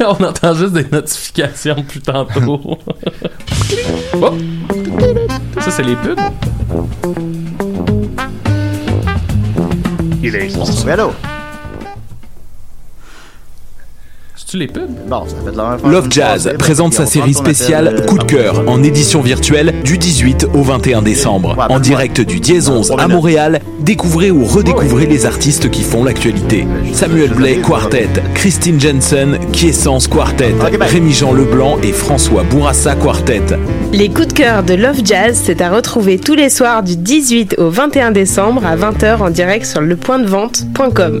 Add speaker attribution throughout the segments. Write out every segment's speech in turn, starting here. Speaker 1: On entend juste des notifications plus tantôt. Oh! Ça, c'est les pubs.
Speaker 2: Il est
Speaker 3: Hello.
Speaker 1: C'est-tu les pubs?
Speaker 3: Bon, ça fait de la
Speaker 4: Love Jazz présente sa série spéciale
Speaker 3: Ah,
Speaker 4: Coup de cœur en édition virtuelle du 18 au 21 décembre. En direct du Dièse 11 à Montréal, découvrez ou redécouvrez les artistes qui font l'actualité. Samuel Blais Quartet, Christine Jensen, Kiescence Quartet, Rémi-Jean Leblanc et François Bourassa Quartet.
Speaker 5: Les coups de cœur de Love Jazz, c'est à retrouver tous les soirs du 18 au 21 décembre à 20h en direct sur lepointdevente.com.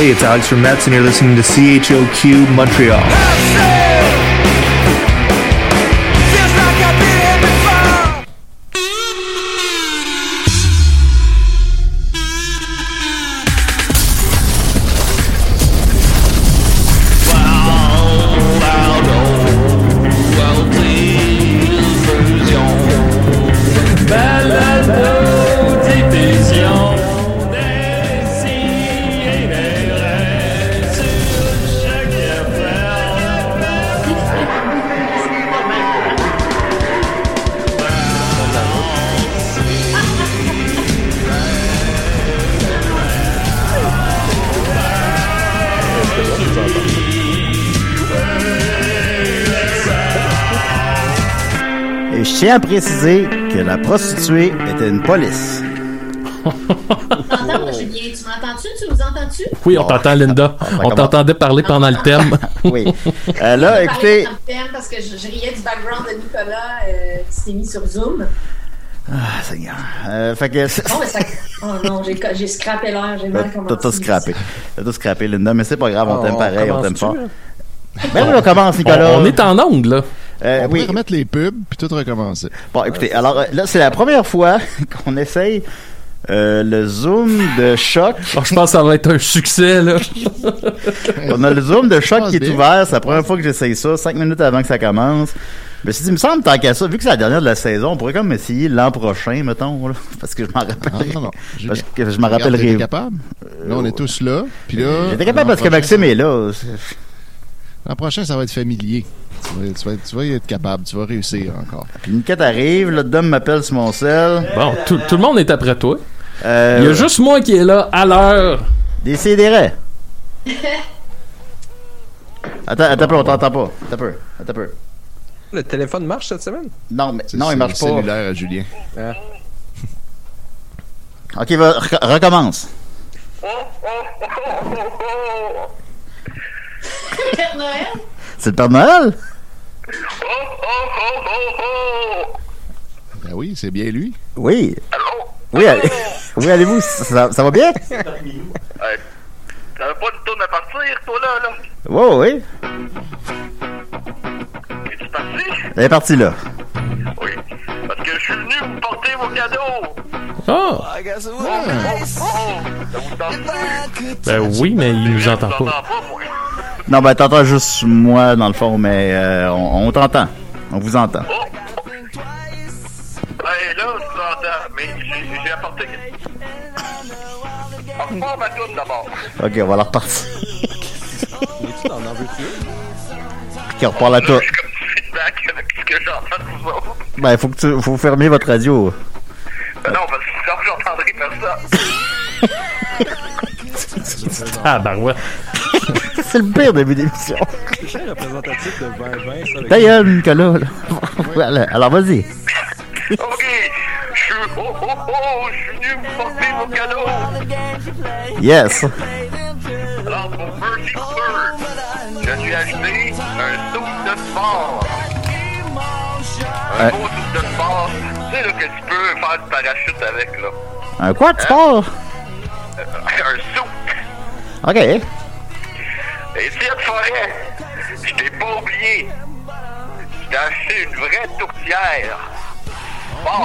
Speaker 2: Hey, it's Alex from Metz, and you're listening to CHOQ Montreal.
Speaker 3: Et je tiens à préciser que la prostituée était une police. Oh.
Speaker 6: T'entends, Julien, tu m'entends-tu? Tu nous entends-tu?
Speaker 1: Oui,
Speaker 3: Ah.
Speaker 1: on t'entend, Linda. On
Speaker 3: comment-
Speaker 1: t'entendait parler pendant le thème.
Speaker 3: Oui. Euh, là, écoutez,
Speaker 6: Je parlais parce que je, je riais du background de Nicolas euh, qui s'est mis sur Zoom.
Speaker 3: ah, Seigneur. Euh, fait que
Speaker 6: Bon, ben, ça... Oh non, j'ai j'ai scrappé l'air, j'ai mal
Speaker 3: T'as
Speaker 6: commencé.
Speaker 3: tout scrappé. T'as tout scrappé, Linda, mais c'est pas grave,
Speaker 1: Ah,
Speaker 3: on t'aime
Speaker 7: on
Speaker 3: pareil, on t'aime
Speaker 1: commence-tu,
Speaker 3: fort.
Speaker 1: là?
Speaker 3: Ben oui, on commence, Nicolas.
Speaker 1: On, on est en onde, là.
Speaker 3: Euh,
Speaker 7: On
Speaker 3: oui.
Speaker 7: pourrait remettre les pubs, puis tout recommencer.
Speaker 3: Bon, écoutez, alors euh, là, c'est la première fois qu'on essaye euh, le zoom de choc.
Speaker 1: Oh, je pense que ça va être un succès, là.
Speaker 3: On a le zoom de choc qui est
Speaker 7: Bien.
Speaker 3: ouvert. C'est la première fois que j'essaye ça, cinq minutes avant que ça commence. Mais si tu me semble, tant qu'à ça, vu que c'est la dernière de la saison, on pourrait comme essayer l'an prochain, mettons, là, parce que je m'en
Speaker 7: Ah,
Speaker 3: rappellerai.
Speaker 7: non, non.
Speaker 3: parce
Speaker 7: Julien,
Speaker 3: que je m'en
Speaker 7: regarde,
Speaker 3: rappellerai. Euh,
Speaker 7: t'étais capable? Là, on est tous là. Puis là.
Speaker 3: J'étais capable parce que
Speaker 7: l'an prochain,
Speaker 3: Maxime est là.
Speaker 7: L'an prochain, ça va être familier. Tu vas, tu vas- tu vas y être capable, tu vas réussir encore.
Speaker 3: Puis Niquette arrive, là, Dom m'appelle sur mon sel.
Speaker 1: Bon, tout, tout le monde est après toi.
Speaker 3: Euh,
Speaker 1: Il y a juste moi qui est là, à l'heure.
Speaker 3: Décidérez. Attends, attends un peu, on t'entend pas. Attends un peu, attends un peu.
Speaker 8: Le téléphone marche cette semaine? Ah.
Speaker 3: Non, mais,
Speaker 7: C'est-
Speaker 3: non,
Speaker 7: c'est
Speaker 3: il marche
Speaker 7: le
Speaker 3: pas.
Speaker 7: cellulaire à Julien.
Speaker 3: Ok, va, rec- recommence.
Speaker 6: Père Noël?
Speaker 3: C'est le Père Noël?
Speaker 7: Ben oui, c'est bien lui.
Speaker 3: Oui. Oui, allez, oui, allez-vous, ça, ça va bien?
Speaker 9: T'avais pas de tourne à partir, toi, là, là?
Speaker 3: Oui, oui.
Speaker 9: Es-tu parti?
Speaker 3: Elle est partie là.
Speaker 9: Oui. Parce que je suis venu vous porter vos cadeaux!
Speaker 1: Oh!
Speaker 7: Ah.
Speaker 9: Oh! Ça vous tente pas?
Speaker 1: Ben oui, mais il nous entend
Speaker 9: Je vous
Speaker 1: pas.
Speaker 9: entends pas, moi.
Speaker 3: Non, ben t'entends juste moi dans le fond, mais euh, on, on t'entend. On vous entend.
Speaker 9: Oh! Hey, là, je vous entends, mais j'ai j'ai apporté... On repart ma tourne, d'abord.
Speaker 3: Ok, on va la repartir.
Speaker 8: Tu t'en en veux-tu?
Speaker 3: Ok, on repart la
Speaker 9: Là,
Speaker 3: tour.
Speaker 9: je suis comme feedback avec ce que j'entends de vous autres.
Speaker 3: Ben, faut que tu, faut fermer votre radio.
Speaker 9: Ben non, parce que sinon, j'entendrai personne.
Speaker 1: Ah, barouette.
Speaker 3: C'est le pire début d'émission.
Speaker 8: C'est très représentatif de 2020, ça.
Speaker 3: Ta gueule, Nicolas. là. Voilà. Alors, vas-y.
Speaker 9: Ok, je suis. Oh oh oh, je suis venu vous porter vos cadeaux.
Speaker 3: Yes.
Speaker 9: Alors, pour Bertie Bird, je lui ai acheté un soupe de sport. Un
Speaker 3: Ouais.
Speaker 9: beau soupe de sport. Tu sais, là, que tu peux faire du parachute avec, là.
Speaker 3: Un quoi, tu parles?
Speaker 9: un soupe.
Speaker 3: OK.
Speaker 9: Et cette forêt, je t'ai pas oublié. Je t'ai acheté une vraie tourtière. Bon,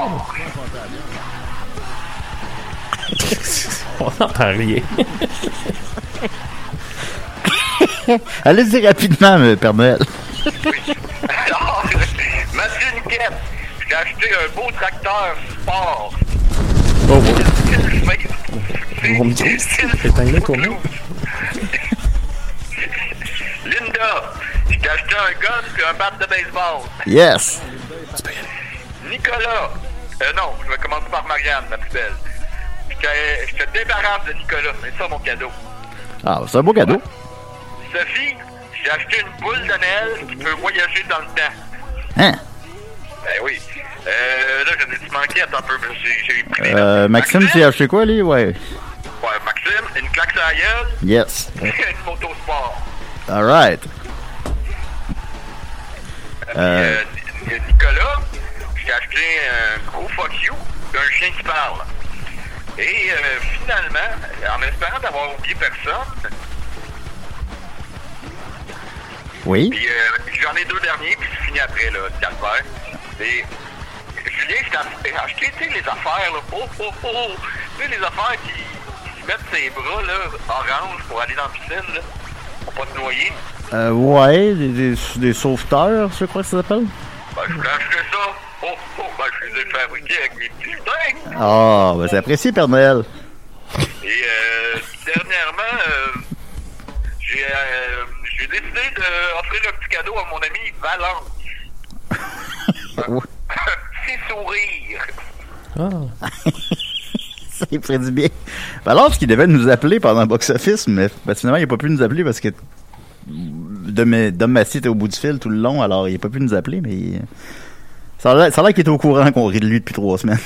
Speaker 1: On n'entend rien.
Speaker 3: Allez-y rapidement, me Père Noël.
Speaker 9: alors, Mathieu Niquette, je t'ai acheté un beau tracteur sport.
Speaker 1: Oh,
Speaker 9: Style Schmitt.
Speaker 1: mon Dieu,
Speaker 9: Style
Speaker 1: éteins-le ton micro.
Speaker 9: Linda, je t'ai acheté un gun puis un bat de baseball.
Speaker 3: Yes.
Speaker 9: Nicolas, euh, non, je vais commencer par Marianne, ma plus belle. Je te- je te débarrasse de Nicolas, c'est ça mon cadeau.
Speaker 3: Ah, c'est un beau cadeau.
Speaker 9: Sophie, j'ai acheté une boule de Noël qui peut voyager dans le temps.
Speaker 3: Hein?
Speaker 9: Ben oui. Euh, là, j'en ai dit manqué, attends un peu, mais j'ai- j'ai pris.
Speaker 3: Euh, Maxime, tu as acheté quoi, lui? Ouais.
Speaker 9: Ouais, Maxime, une claque sur la gueule,
Speaker 3: Yes.
Speaker 9: une moto sport.
Speaker 3: All right. Euh,
Speaker 9: Euh, Ni- Nicolas, j'ai acheté un gros fuck you d'un chien qui parle. Et euh, finalement, en espérant d'avoir oublié personne,
Speaker 3: oui.
Speaker 9: Puis euh, j'en ai deux derniers, puis je finis après, là, c'est calvaire. Et Julien, je t'ai acheté, tu sais, les affaires, là, oh, oh, oh, tu sais, les affaires qui, qui se mettent ses bras, là, orange pour aller dans la piscine, là, pour pas te noyer.
Speaker 3: Euh, ouais, des, des, des sauveteurs, je crois que ça s'appelle.
Speaker 9: Ben, je voulais acheter ça. Oh, oh, ben, je les ai fabriqués avec mes petits dents.
Speaker 3: Ah, ben c'est apprécié, Père Noël.
Speaker 9: Et euh, dernièrement, euh, j'ai euh, j'ai décidé d'offrir un petit cadeau à mon ami Valence.
Speaker 3: Ouais.
Speaker 9: Un petit sourire.
Speaker 3: Ah. C'est près du bien. Ben alors, ce qu'il devait nous appeler pendant le box-office, mais ben, finalement, il n'a pas pu nous appeler parce que Dom, Dom Massy était au bout du fil tout le long, alors il n'a pas pu nous appeler, mais il- ça a l'air ça a l'air qu'il était au courant qu'on rit de lui depuis trois semaines.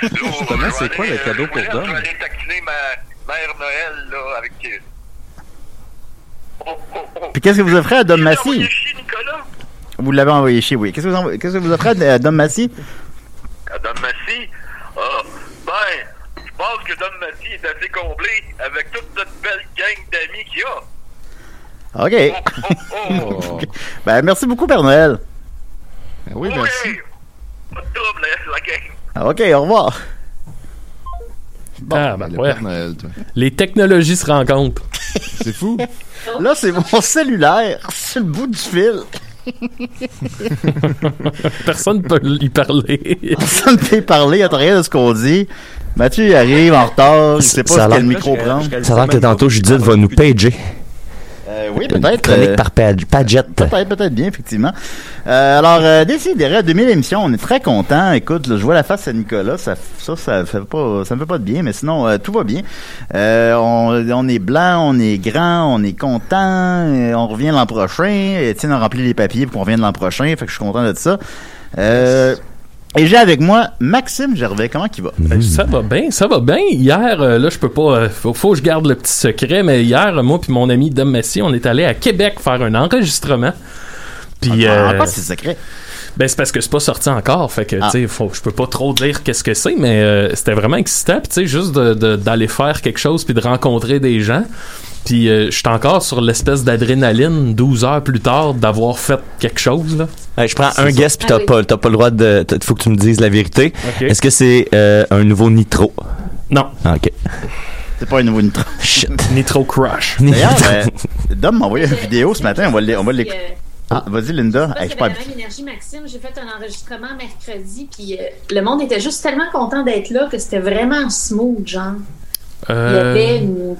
Speaker 9: Justement,
Speaker 8: c'est quoi le cadeau pour Dom?
Speaker 9: Je vais aller taquiner ma mère Noël, là, avec... euh, Oh, oh, oh.
Speaker 3: Puis qu'est-ce que vous offrez à Dom
Speaker 9: Tu l'as envoyé
Speaker 3: Massy?
Speaker 9: chier, Nicolas?
Speaker 3: Vous l'avez envoyé chez oui. Qu'est-ce que vous, envoyez- qu'est-ce que vous offrez à à Dom Massy?
Speaker 9: À Dom Massy? Ah, ben, je pense que Dom Massy est assez comblé avec toute cette belle gang d'amis qu'il a.
Speaker 3: OK.
Speaker 9: Oh, oh, oh.
Speaker 3: Ben, merci beaucoup, Père Noël.
Speaker 7: Ben oui,
Speaker 9: OK.
Speaker 7: merci.
Speaker 9: Pas de trouble, hein, la- la gang.
Speaker 3: OK, au revoir.
Speaker 1: Ah, ben,
Speaker 7: le
Speaker 1: ouais.
Speaker 7: Père Noël, toi.
Speaker 1: Les technologies se rencontrent.
Speaker 7: C'est fou.
Speaker 3: Là, c'est mon cellulaire sur le bout du fil.
Speaker 1: Personne peut y parler.
Speaker 3: Personne ne peut y parler, il entend rien de ce qu'on dit. Mathieu, il arrive en retard, je sais
Speaker 10: Ça a
Speaker 3: pas quel
Speaker 10: l'air-
Speaker 3: micro prendre.
Speaker 10: Ça a l'air que tantôt, Judith va nous pager.
Speaker 3: Euh, oui,
Speaker 10: Une
Speaker 3: peut-être.
Speaker 10: chronique
Speaker 3: euh,
Speaker 10: par page, Pagette.
Speaker 3: Peut-être, peut-être bien, effectivement. Euh, alors, euh, décidérez, 2000 émissions, on est très content. Écoute, là, je vois la face à Nicolas, ça, ça, ça fait pas, ça me fait pas de bien, mais sinon, euh, tout va bien. Euh, on, on est blanc, on est grand, on est content, euh, on revient l'an prochain. Étienne a rempli les papiers pour qu'on revienne l'an prochain, fait que je suis content de ça. Euh, et j'ai avec moi Maxime Gervais, comment qu'il va?
Speaker 10: Mm. Hmm.
Speaker 1: Ben, Ça va bien, ça va bien. Hier, euh, là, je peux pas. euh, faut, faut que je garde le petit secret, mais hier, euh, moi puis mon ami Dom Messi, on est allé à Québec faire un enregistrement. Puis,
Speaker 3: Ah,
Speaker 1: euh,
Speaker 3: pas si secret.
Speaker 1: ben, c'est parce que c'est pas sorti encore. Fait que,
Speaker 3: Ah.
Speaker 1: tu sais, faut- je peux pas trop dire qu'est-ce que c'est, mais euh, c'était vraiment excitant. Puis, tu sais, juste de- de- d'aller faire quelque chose puis de rencontrer des gens. Puis, euh, je suis encore sur l'espèce d'adrénaline 12 heures plus tard d'avoir fait quelque chose, là.
Speaker 10: Hey, je prends un guess puis t'as
Speaker 6: Ah oui.
Speaker 10: pas, t'as pas le droit de. t'as- Faut que tu me dises la vérité.
Speaker 1: Ok.
Speaker 10: Est-ce que c'est euh, un nouveau Nitro?
Speaker 1: Non,
Speaker 10: Ah, Ok.
Speaker 3: C'est pas un nouveau nitro.
Speaker 10: Shit.
Speaker 1: Nitro Crush.
Speaker 3: D'ailleurs, euh, Dom m'a envoyé une
Speaker 6: J'ai-
Speaker 3: vidéo ce matin, on va l'é- on va
Speaker 6: Puis,
Speaker 3: l'écouter.
Speaker 6: euh,
Speaker 3: Ah, vas-y, Linda.
Speaker 6: Parce
Speaker 3: Hey, je
Speaker 6: que
Speaker 3: suis pas
Speaker 6: dans la
Speaker 3: habitué.
Speaker 6: même énergie, Maxime, j'ai fait un enregistrement mercredi, puis euh, le monde était juste tellement content d'être là que c'était vraiment smooth, genre. Il y
Speaker 1: Euh,
Speaker 6: avait une,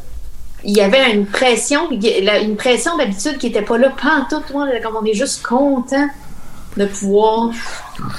Speaker 6: il y avait une pression, puis la- une pression d'habitude qui n'était pas là, pas en tout, moi, là, comme on est juste content. de pouvoir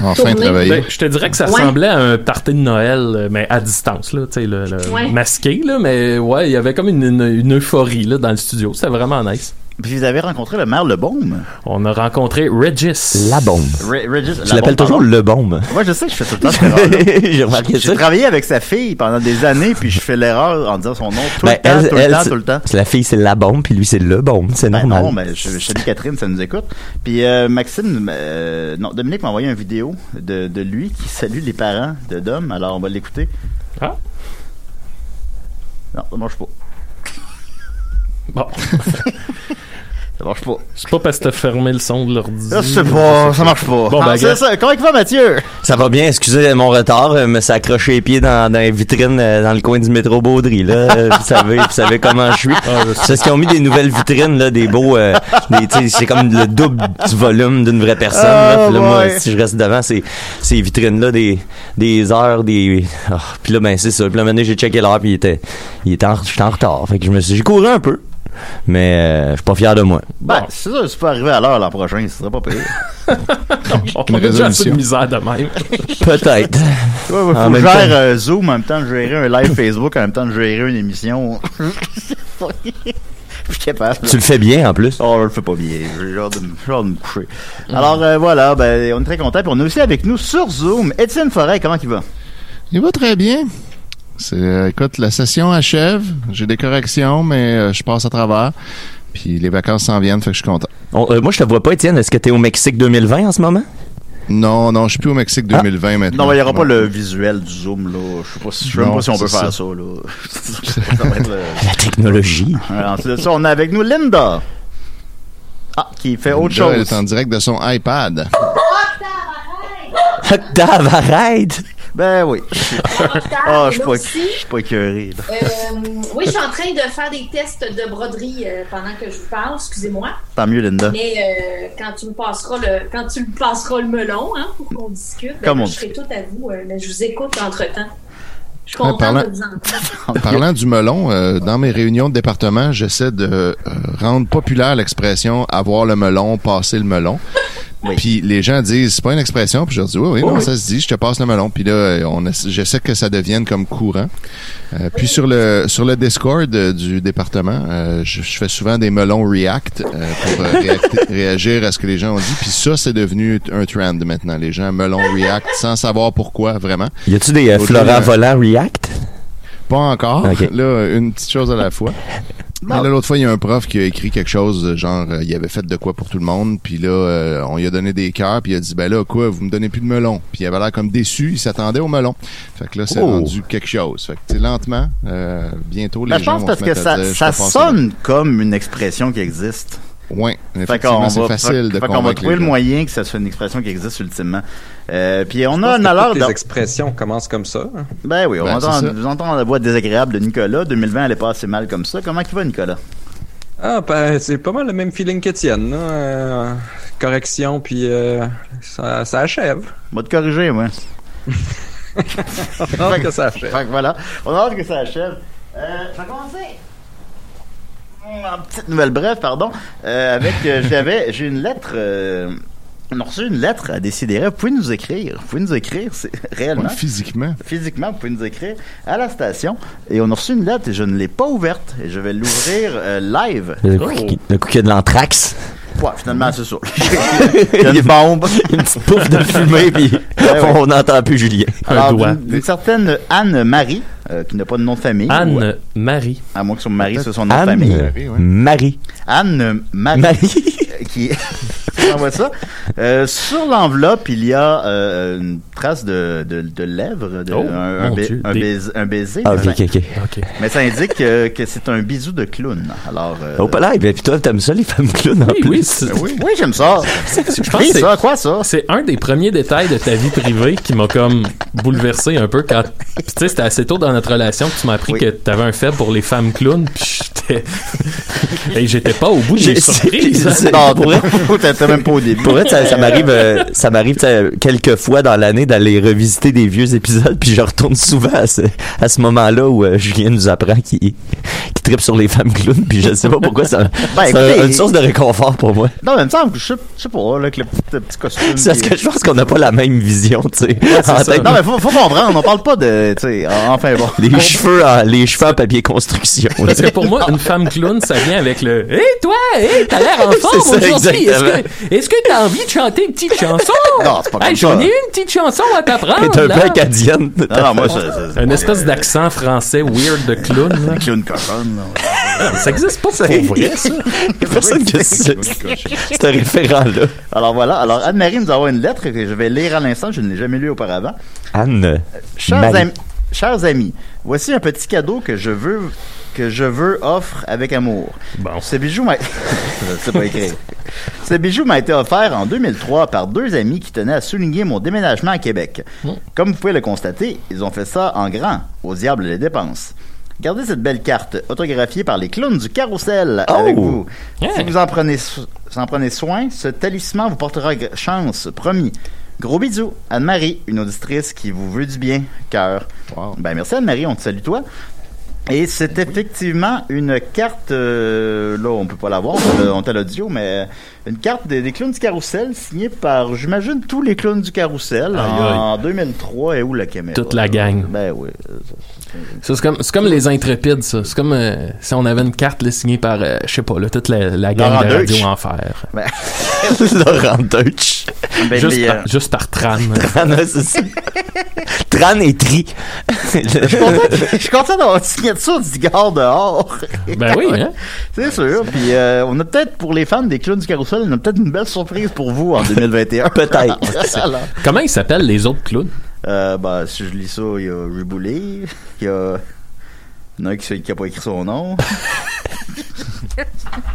Speaker 1: Enfin
Speaker 6: tourner.
Speaker 1: Ben, je te dirais que ça
Speaker 6: Ouais.
Speaker 1: ressemblait à un party de Noël, euh, mais à distance, là, tu sais, le, le
Speaker 6: Ouais.
Speaker 1: masqué, là, mais ouais, il y avait comme une, une- une euphorie là, dans le studio. C'était vraiment nice.
Speaker 3: Puis vous avez rencontré le maire Lebaume?
Speaker 1: On a rencontré Regis.
Speaker 10: La bombe.
Speaker 3: Re- Regis-
Speaker 10: Je
Speaker 3: la
Speaker 10: l'appelle
Speaker 3: bombe,
Speaker 10: toujours
Speaker 3: pardon.
Speaker 10: le bombe.
Speaker 3: Moi, je sais, je fais tout le temps cette erreur-là.
Speaker 10: J'ai remarqué
Speaker 3: J'ai
Speaker 10: ça.
Speaker 3: travaillé avec sa fille pendant des années, puis je fais l'erreur en disant son nom tout
Speaker 10: Ben,
Speaker 3: le temps,
Speaker 10: elle-
Speaker 3: tout
Speaker 10: elle,
Speaker 3: le temps,
Speaker 10: c'est-
Speaker 3: tout le temps.
Speaker 10: c'est La fille, c'est la bombe, puis lui, c'est le bombe. C'est
Speaker 3: Ben
Speaker 10: normal.
Speaker 3: non, mais je, je te dis Catherine, ça nous écoute. Puis euh, Maxime, euh, non, Dominique m'a envoyé une vidéo de, de lui qui salue les parents de Dom, alors on va l'écouter.
Speaker 1: Ah?
Speaker 3: Non, ça marche pas.
Speaker 1: Bon.
Speaker 3: ça marche pas.
Speaker 1: C'est pas parce que t'as fermé le son de l'ordi.
Speaker 3: Je sais pas, ça marche pas.
Speaker 1: Bon,
Speaker 3: Ah,
Speaker 1: ben,
Speaker 3: c'est
Speaker 1: grave.
Speaker 3: ça, comment il va Mathieu?
Speaker 10: Ça va bien, excusez mon retard, euh, me s'accrocher les pieds dans, dans les vitrines euh, dans le coin du métro Baudry. Là. Euh, vous, savez, vous savez comment je suis. C'est parce qu'ils ont mis des nouvelles vitrines, là, des beaux... euh, des- tu sais, c'est comme le double du volume d'une vraie personne. là.
Speaker 11: Oh
Speaker 10: Puis là, moi,
Speaker 11: boy.
Speaker 10: si je reste devant ces, ces vitrines-là, des, des heures, des... Ah, puis là, ben c'est ça. Puis là, un moment donné, j'ai checké l'heure, puis il était, il était en, j'étais en retard. Fait que je me suis... J'ai couru un peu, mais euh, je suis pas fier de moi.
Speaker 3: Ben, c'est ça, c'est pas arrivé à l'heure l'an prochain, ce serait pas pire.
Speaker 1: On a déjà assez de misère de même.
Speaker 10: Peut-être.
Speaker 3: Ouais, ouais, faut que je gère euh, Zoom en même temps de gérer un live Facebook, en même temps de gérer une émission. Je suis capable.
Speaker 10: Tu le fais bien, en plus.
Speaker 3: Oh, je le fais pas bien. J'ai l'air de, me- j'ai l'air de me coucher. Alors, euh, voilà, ben, on est très contents. Puis on est aussi avec nous sur Zoom. Étienne Forêt, comment il va?
Speaker 7: Il va très bien. C'est, euh, écoute, la session achève. J'ai des corrections, mais euh, je passe à travers. Puis les vacances s'en viennent, fait que je suis content.
Speaker 10: On- euh, moi, je te vois pas, Étienne. Est-ce que t'es au Mexique 2020 en ce moment?
Speaker 7: Non, non, je suis plus au Mexique 2020 maintenant.
Speaker 3: Ah. Non, il n'y aura pas le visuel du Zoom, là. Je sais pas si, je sais même
Speaker 7: Non,
Speaker 3: pas si on peut
Speaker 7: c'est
Speaker 3: faire ça,
Speaker 7: ça.
Speaker 3: là. Ça va être le-
Speaker 10: La technologie.
Speaker 3: Alors, ensuite de ça, on a avec nous Linda. Ah, qui fait autre
Speaker 7: Linda
Speaker 3: chose.
Speaker 7: est en direct de son iPad.
Speaker 10: Octave, arrête!
Speaker 3: Ben oui. Ah, je suis pas- je suis pas écœuré, là.
Speaker 6: Euh, oui, je suis en train de faire des tests de broderie euh, pendant que je vous parle, excusez-moi.
Speaker 3: Tant mieux, Linda.
Speaker 6: Mais euh, quand tu me passeras le quand tu me passeras le melon, hein, pour qu'on discute, ben,
Speaker 7: Comme
Speaker 6: moi,
Speaker 7: on
Speaker 6: je serai tout à vous, euh, mais je vous écoute entre-temps. Je suis
Speaker 7: Ouais,
Speaker 6: contente
Speaker 7: parlant-
Speaker 6: de vous entendre.
Speaker 7: Parlant du melon, euh, dans mes réunions de département, j'essaie de euh, rendre populaire l'expression avoir le melon, passer le melon. Puis les gens disent c'est pas une expression, puis je leur dis oui oui,
Speaker 12: Oh,
Speaker 7: non,
Speaker 12: oui.
Speaker 7: ça se dit, je te passe le melon. Puis là euh, on essa- j'essaie que ça devienne comme courant. Euh, puis sur le sur le Discord euh, du département, euh, je, je fais souvent des melons react euh, pour euh, réacter- réagir à ce que les gens ont dit. Puis ça c'est devenu un trend maintenant. Les gens melon react sans savoir pourquoi vraiment.
Speaker 10: Y a-tu des euh,
Speaker 7: Au
Speaker 10: Flora
Speaker 7: début, euh,
Speaker 10: volants React?
Speaker 7: pas encore.
Speaker 10: Ok.
Speaker 7: Là, une petite chose à la fois. Mais là, l'autre fois, il y a un prof qui a écrit quelque chose, euh, genre, euh, il avait fait de quoi pour tout le monde, puis là, euh, on lui a donné des cœurs, puis il a dit, ben là, quoi, vous me donnez plus de melon. Puis il avait l'air comme déçu, il s'attendait au melon. Fait que là, c'est
Speaker 3: Oh.
Speaker 7: rendu quelque chose. Fait que, tu sais, lentement, euh, bientôt, les
Speaker 3: Ben, je
Speaker 7: gens
Speaker 3: pense
Speaker 7: vont
Speaker 3: parce
Speaker 7: se
Speaker 3: que
Speaker 7: mettre à
Speaker 3: ça,
Speaker 7: dire, Je
Speaker 3: ça
Speaker 7: te passe le melon.
Speaker 3: sonne comme une expression qui existe.
Speaker 7: Oui,
Speaker 3: qu'on
Speaker 7: effectivement, c'est
Speaker 3: va-
Speaker 7: facile
Speaker 3: fait-
Speaker 7: de
Speaker 3: fait qu'on va
Speaker 7: convaincre les
Speaker 3: trouver le
Speaker 7: gens.
Speaker 3: moyen que ça soit une expression qui existe ultimement. Euh, puis on
Speaker 8: Je
Speaker 3: a
Speaker 8: pense
Speaker 3: un
Speaker 8: que
Speaker 3: alerte.
Speaker 8: toutes
Speaker 3: dans-
Speaker 8: Les expressions commencent comme ça. hein.
Speaker 3: Ben oui, on
Speaker 8: Ben,
Speaker 3: entend,
Speaker 8: c'est ça.
Speaker 3: vous entend la voix désagréable de Nicolas. 2020, elle est pas assez mal comme ça. Comment il va, Nicolas?
Speaker 8: Ah, ben, c'est pas mal le même feeling qu'Étienne. là. Euh, correction, puis euh, ça, ça achève.
Speaker 3: Va te corriger, moi.
Speaker 8: hâte que ça achève.
Speaker 3: Fait que voilà. On a hâte que ça achève. Euh, je vais commencer. En petite nouvelle brève, pardon. Euh, avec, euh, j'avais, j'ai une lettre. euh, on a reçu une lettre à décider. Vous pouvez nous écrire. Vous pouvez nous écrire, c'est réellement.
Speaker 7: Ouais, physiquement.
Speaker 3: Physiquement, vous pouvez nous écrire à la station. Et on a reçu une lettre et je ne l'ai pas ouverte. Et je vais l'ouvrir euh, live. Oh.
Speaker 10: Le coup qui- le coup qui a de l'anthrax.
Speaker 3: Ouais, finalement, c'est ça.
Speaker 10: Il y a une bombe, une petite pouffe de fumée, puis
Speaker 3: Ben Ouais, ouais.
Speaker 10: on n'entend plus Julien.
Speaker 3: Alors, d'une- D'une certaine Anne-Marie, euh, qui n'a pas de nom de famille.
Speaker 10: Anne
Speaker 1: Marie.
Speaker 3: À moins que son mari soit son nom
Speaker 10: Anne
Speaker 3: de famille.
Speaker 10: Marie.
Speaker 3: Anne-Marie. euh, qui qui envoie ça. Euh, sur l'enveloppe, il y a euh, une trace de, de, de lèvres, de-
Speaker 10: Oh,
Speaker 3: un, un
Speaker 10: mon
Speaker 3: ba-
Speaker 10: Dieu,
Speaker 3: un
Speaker 10: des-
Speaker 3: baiser. un baiser.
Speaker 10: Ah, ok,
Speaker 3: Mais-
Speaker 10: ok, ok.
Speaker 3: Mais ça indique euh, que c'est un bisou de clown. Alors, euh,
Speaker 10: Oh, pas là, et puis toi, t'aimes ça, les femmes clowns, en plus?
Speaker 1: oui, c'est-
Speaker 3: oui, oui, j'aime ça.
Speaker 1: Je pense
Speaker 3: Oui,
Speaker 1: que
Speaker 3: ça,
Speaker 1: c'est-
Speaker 3: quoi ça?
Speaker 1: C'est un des premiers détails de ta vie privée qui m'a comme bouleversé un peu quand. Puis, Tu sais, c'était assez tôt dans notre relation que tu m'as appris que t'avais un faible pour les femmes clowns. Puis j'étais. Hey, j'étais pas au bout des
Speaker 10: J'ai-
Speaker 1: surprises.
Speaker 10: c'est-
Speaker 1: hein.
Speaker 10: pour vrai-
Speaker 3: même pas au début.
Speaker 10: Pour vrai, ça, ça m'arrive, euh, ça m'arrive tu sais, quelques fois dans l'année d'aller revisiter des vieux épisodes, puis je retourne souvent à ce, à ce moment-là où euh, Julien nous apprend qu'il qu'il tripe sur les femmes clowns, puis je sais pas pourquoi ça,
Speaker 3: Ben,
Speaker 10: c'est un-
Speaker 3: écoutez-
Speaker 10: une source de réconfort pour moi.
Speaker 3: Non, mais il me semble que je sais, je sais pas, là, avec le petit, le petit costume.
Speaker 10: C'est parce
Speaker 3: puis-
Speaker 10: que je pense qu'on n'a pas la même vision, tu sais. en tête.
Speaker 3: Non, mais faut, faut comprendre, on parle pas de. Tu sais, en- enfin bon.
Speaker 10: les cheveux, en, les cheveux en papier construction. là.
Speaker 1: Parce que pour moi, une femme clown, ça vient avec le Hé Eh, toi, hé, t'as l'air en
Speaker 10: C'est
Speaker 1: forme
Speaker 10: ça,
Speaker 1: aujourd'hui. Est-ce
Speaker 10: exactement.
Speaker 1: que est-ce que t'as envie de chanter une petite chanson?
Speaker 3: Non, c'est pas comme
Speaker 1: Hey, j'en
Speaker 3: ça.
Speaker 1: ai une petite chanson à t'apprendre.
Speaker 10: T'es un peu
Speaker 1: là.
Speaker 10: acadienne.
Speaker 3: Non, non, moi, c'est. c'est- c'est
Speaker 1: Un
Speaker 3: pas-
Speaker 1: espèce d'accent français weird de clown. là.
Speaker 3: c'est une cochonne, là.
Speaker 1: Ça existe pas pour vrai, ça.
Speaker 10: Personne que c'est c'est un référent-là.
Speaker 3: Alors voilà, alors Anne-Marie nous envoie une lettre que je vais lire à l'instant, je ne l'ai jamais lue auparavant.
Speaker 10: Anne.
Speaker 3: Chers,
Speaker 10: Marie.
Speaker 3: ami- chers amis, voici un petit cadeau que je veux que je veux offre avec amour.
Speaker 1: Bon.
Speaker 3: Ce bijou m'a Je sais pas écrire. Ce bijou m'a été offert en 2003 par deux amis qui tenaient à souligner mon déménagement à Québec. Comme vous pouvez le constater, ils ont fait ça en grand, au diable les dépenses. Gardez cette belle carte autographiée par les clowns du carrousel avec
Speaker 10: Oh!
Speaker 3: vous. Si
Speaker 1: Yeah.
Speaker 3: vous en prenez, so- en prenez soin, ce talisman vous portera gr- chance, promis. Gros bisous, Anne-Marie, une auditrice qui vous veut du bien, cœur.
Speaker 7: Wow.
Speaker 3: Ben merci Anne-Marie, on te salue toi. Et
Speaker 1: Ben
Speaker 3: c'est effectivement une carte, euh, là on peut pas la voir, on t'a- on t'a l'audio, mais euh, une carte des, des clowns du carrousel signée par, j'imagine, tous les clowns du carrousel
Speaker 1: Aïe, aïe.
Speaker 3: en 2003 et où la caméra?
Speaker 1: Toute la gang.
Speaker 3: Ben oui.
Speaker 1: Ça, c'est comme, c'est comme les intrépides, ça. C'est comme euh, si on avait une carte là, signée par, euh, je sais pas, là, toute la, la gang
Speaker 3: Laurent
Speaker 1: de Radio
Speaker 3: Deutsch.
Speaker 1: Enfer.
Speaker 10: Laurent Deutsch.
Speaker 3: Ben,
Speaker 1: Juste,
Speaker 3: les, euh,
Speaker 1: par, juste par tram.
Speaker 10: Ah non, c'est ça. Tran et tri.
Speaker 3: Je suis content- Je suis content d'avoir une signature d'Igor dehors.
Speaker 1: ben oui, hein?
Speaker 3: C'est sûr. Puis euh, on a peut-être, pour les fans des clowns du carrousel, on a peut-être une belle surprise pour vous en 2021.
Speaker 10: Peut-être.
Speaker 3: Alors,
Speaker 1: Comment ils s'appellent les autres clowns?
Speaker 3: euh, ben, si je lis ça, il y a Riboulé, il y a... Il y en a un qui n'a pas écrit son nom.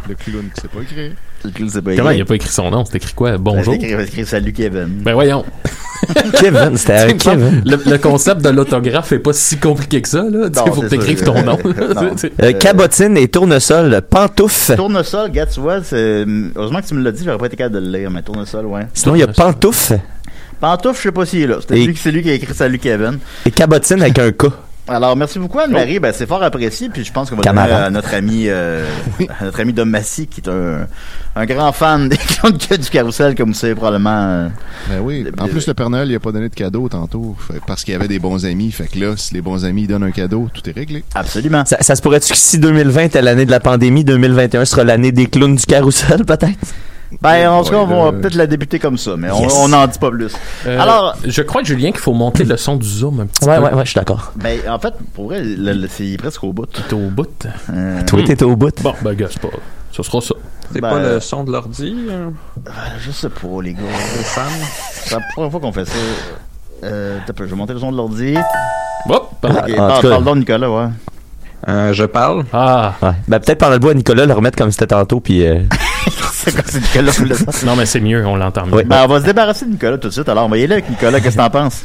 Speaker 7: Le clown qui sait pas écrire.
Speaker 3: Le clown s'est pas
Speaker 1: Comment il a
Speaker 3: écrit.
Speaker 1: pas écrit son nom? C'est écrit quoi? Bonjour?
Speaker 3: Il a écrit- il a écrit Salut Kevin.
Speaker 1: Ben voyons.
Speaker 10: Kevin, c'était un
Speaker 1: Tu sais,
Speaker 10: Kevin.
Speaker 1: Le, le concept de l'autographe est pas si compliqué que ça, là. Tu sais,
Speaker 3: Non,
Speaker 1: faut
Speaker 3: c'est
Speaker 1: que t'écrives
Speaker 3: sûr.
Speaker 1: ton nom.
Speaker 3: Euh, non.
Speaker 10: Euh, cabotine et tournesol, pantouf.
Speaker 3: Tournesol, gars, tu vois, c'est- hum, heureusement que tu me l'as dit, j'aurais pas été capable de le lire, mais Tournesol, ouais.
Speaker 10: Sinon, il y a pantouf
Speaker 3: Pantouf, je sais pas s'il est là. C'était
Speaker 10: Et-
Speaker 3: lui- C'est lui qui a écrit Salut Kevin.
Speaker 10: et cabotine avec un K.
Speaker 3: Alors, merci beaucoup, Anne-Marie. Ben, c'est fort apprécié. Puis je pense qu'on va
Speaker 10: Camarade.
Speaker 3: donner à notre ami, euh, à notre ami Dom Massy, qui est un, un grand fan des clowns que du carrousel, comme vous savez probablement. euh.
Speaker 7: Ben oui. En plus, le Père Noël, il a pas donné de cadeau tantôt. Fait- parce qu'il y avait des bons amis. Fait que là, si les bons amis ils donnent un cadeau, tout est réglé.
Speaker 3: Absolument.
Speaker 10: Ça, ça se pourrait-tu que si 2020 était l'année de la pandémie, 2021 sera l'année des clowns du carrousel, peut-être?
Speaker 3: Ben, en tout cas,
Speaker 7: Ouais,
Speaker 3: on va
Speaker 7: là.
Speaker 3: peut-être la débuter comme ça, mais on-
Speaker 10: Yes.
Speaker 3: on n'en dit pas plus.
Speaker 1: Euh,
Speaker 3: Alors-
Speaker 1: je crois, Julien, qu'il faut monter le son du zoom un petit
Speaker 10: Ouais,
Speaker 1: peu.
Speaker 10: ouais, ouais, je suis d'accord.
Speaker 3: Ben, en fait, pour vrai, le- le- c'est presque au bout.
Speaker 1: T'es au bout.
Speaker 3: Euh,
Speaker 10: Toi,
Speaker 1: Hmm.
Speaker 10: t'étais au bout.
Speaker 1: Bon, ben, gars, c'est pas. Ce sera ça.
Speaker 8: C'est
Speaker 3: Ben,
Speaker 8: pas
Speaker 3: euh, ben,
Speaker 8: le son de l'ordi, euh,
Speaker 3: je sais pas, les gars.
Speaker 8: les femmes.
Speaker 3: C'est la première fois qu'on fait ça. Euh, t'as peu, je vais monter le son de l'ordi.
Speaker 1: Hop!
Speaker 3: Ok, ah,
Speaker 10: en
Speaker 3: parle,
Speaker 10: tout cas-
Speaker 3: parle donc, Nicolas, ouais.
Speaker 8: Euh, je parle.
Speaker 1: Ah!
Speaker 10: Ouais. Ben, peut-être pendant le bois à Nicolas, le remettre comme c'était tantôt, puis euh,
Speaker 3: c'est quoi, c'est Nicolas qui me le sent.
Speaker 1: Non, mais c'est mieux, on l'entend mieux.
Speaker 10: Ouais.
Speaker 3: Ben, on va se débarrasser de Nicolas tout de suite. Alors, on va y aller avec Nicolas. Qu'est-ce que t'en penses?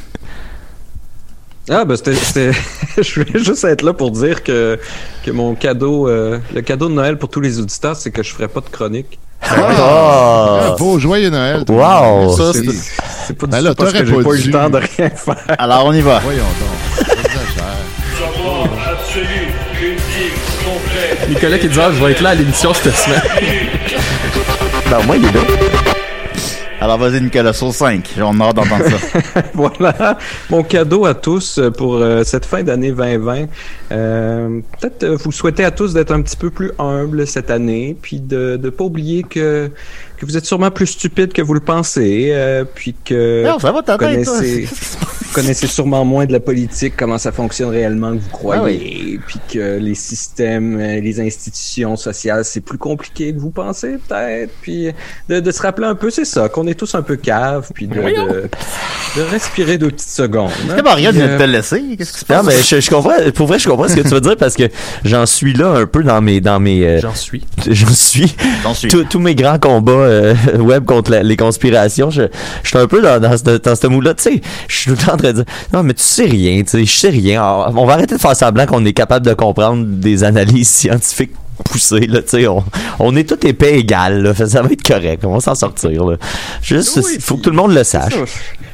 Speaker 8: Ah, ben, c'était. c'était- je vais juste être là pour dire que, que mon cadeau, euh, le cadeau de Noël pour tous les auditeurs, c'est que je ferai pas de chronique.
Speaker 10: Ah!
Speaker 7: Bravo, joyeux Noël. tout le
Speaker 10: Wow.
Speaker 7: monde.
Speaker 8: Ça,
Speaker 7: Merci.
Speaker 8: c'est c'est pas du
Speaker 7: Ben là,
Speaker 8: tout parce
Speaker 7: t'aurais
Speaker 8: que j'ai
Speaker 7: pas
Speaker 8: pas eu
Speaker 7: dû.
Speaker 8: le temps de rien faire.
Speaker 3: Alors, on y va.
Speaker 7: Voyons donc. J'exagère.
Speaker 1: Nicolas qui dit Ah, je vais être là à l'émission cette semaine.
Speaker 10: ben, au moins, il est là.
Speaker 3: Alors vas-y Nicolas, sur 5, on a hâte d'entendre ça.
Speaker 8: voilà mon cadeau à tous euh, pour euh, cette fin d'année 2020. Euh, Peut-être euh, vous souhaitez à tous d'être un petit peu plus humble cette année, puis de ne pas oublier que, que vous êtes sûrement plus stupide que vous le pensez, euh, puis que
Speaker 3: non, ça va ta
Speaker 8: vous
Speaker 3: tête, toi.
Speaker 8: connaissez, vous connaissez sûrement moins de la politique, comment ça fonctionne réellement que vous croyez,
Speaker 3: Ah
Speaker 8: puis que les systèmes, euh, les institutions sociales, c'est plus compliqué que vous pensez peut-être, puis de, de se rappeler un peu, c'est ça, qu'on est tous un peu cave, puis de, de, de respirer deux petites secondes. hein.
Speaker 3: C'est pas rien de
Speaker 8: Puis, euh,
Speaker 3: te laisser, qu'est-ce qui se
Speaker 10: Non,
Speaker 3: passe?
Speaker 10: mais je, je comprends, pour vrai, je comprends ce que tu veux dire parce que j'en suis là un peu dans mes, dans mes, euh,
Speaker 1: J'en suis.
Speaker 10: j'en suis.
Speaker 3: J'en suis.
Speaker 10: Tous- tous mes grands combats euh, web contre la- les conspirations, je, je suis un peu dans, dans ce, dans ce mood-là. Tu sais, je suis tout le temps en train de dire Non, mais tu sais rien, tu sais, je sais rien. Alors, on va arrêter de faire semblant qu'on est capable de comprendre des analyses scientifiques poussé. Là, tu sais, on, on est tout épais égal. Là, Fait que ça va être correct. On va s'en sortir. Là. Juste, il faut que tout le monde le sache.
Speaker 8: Ça,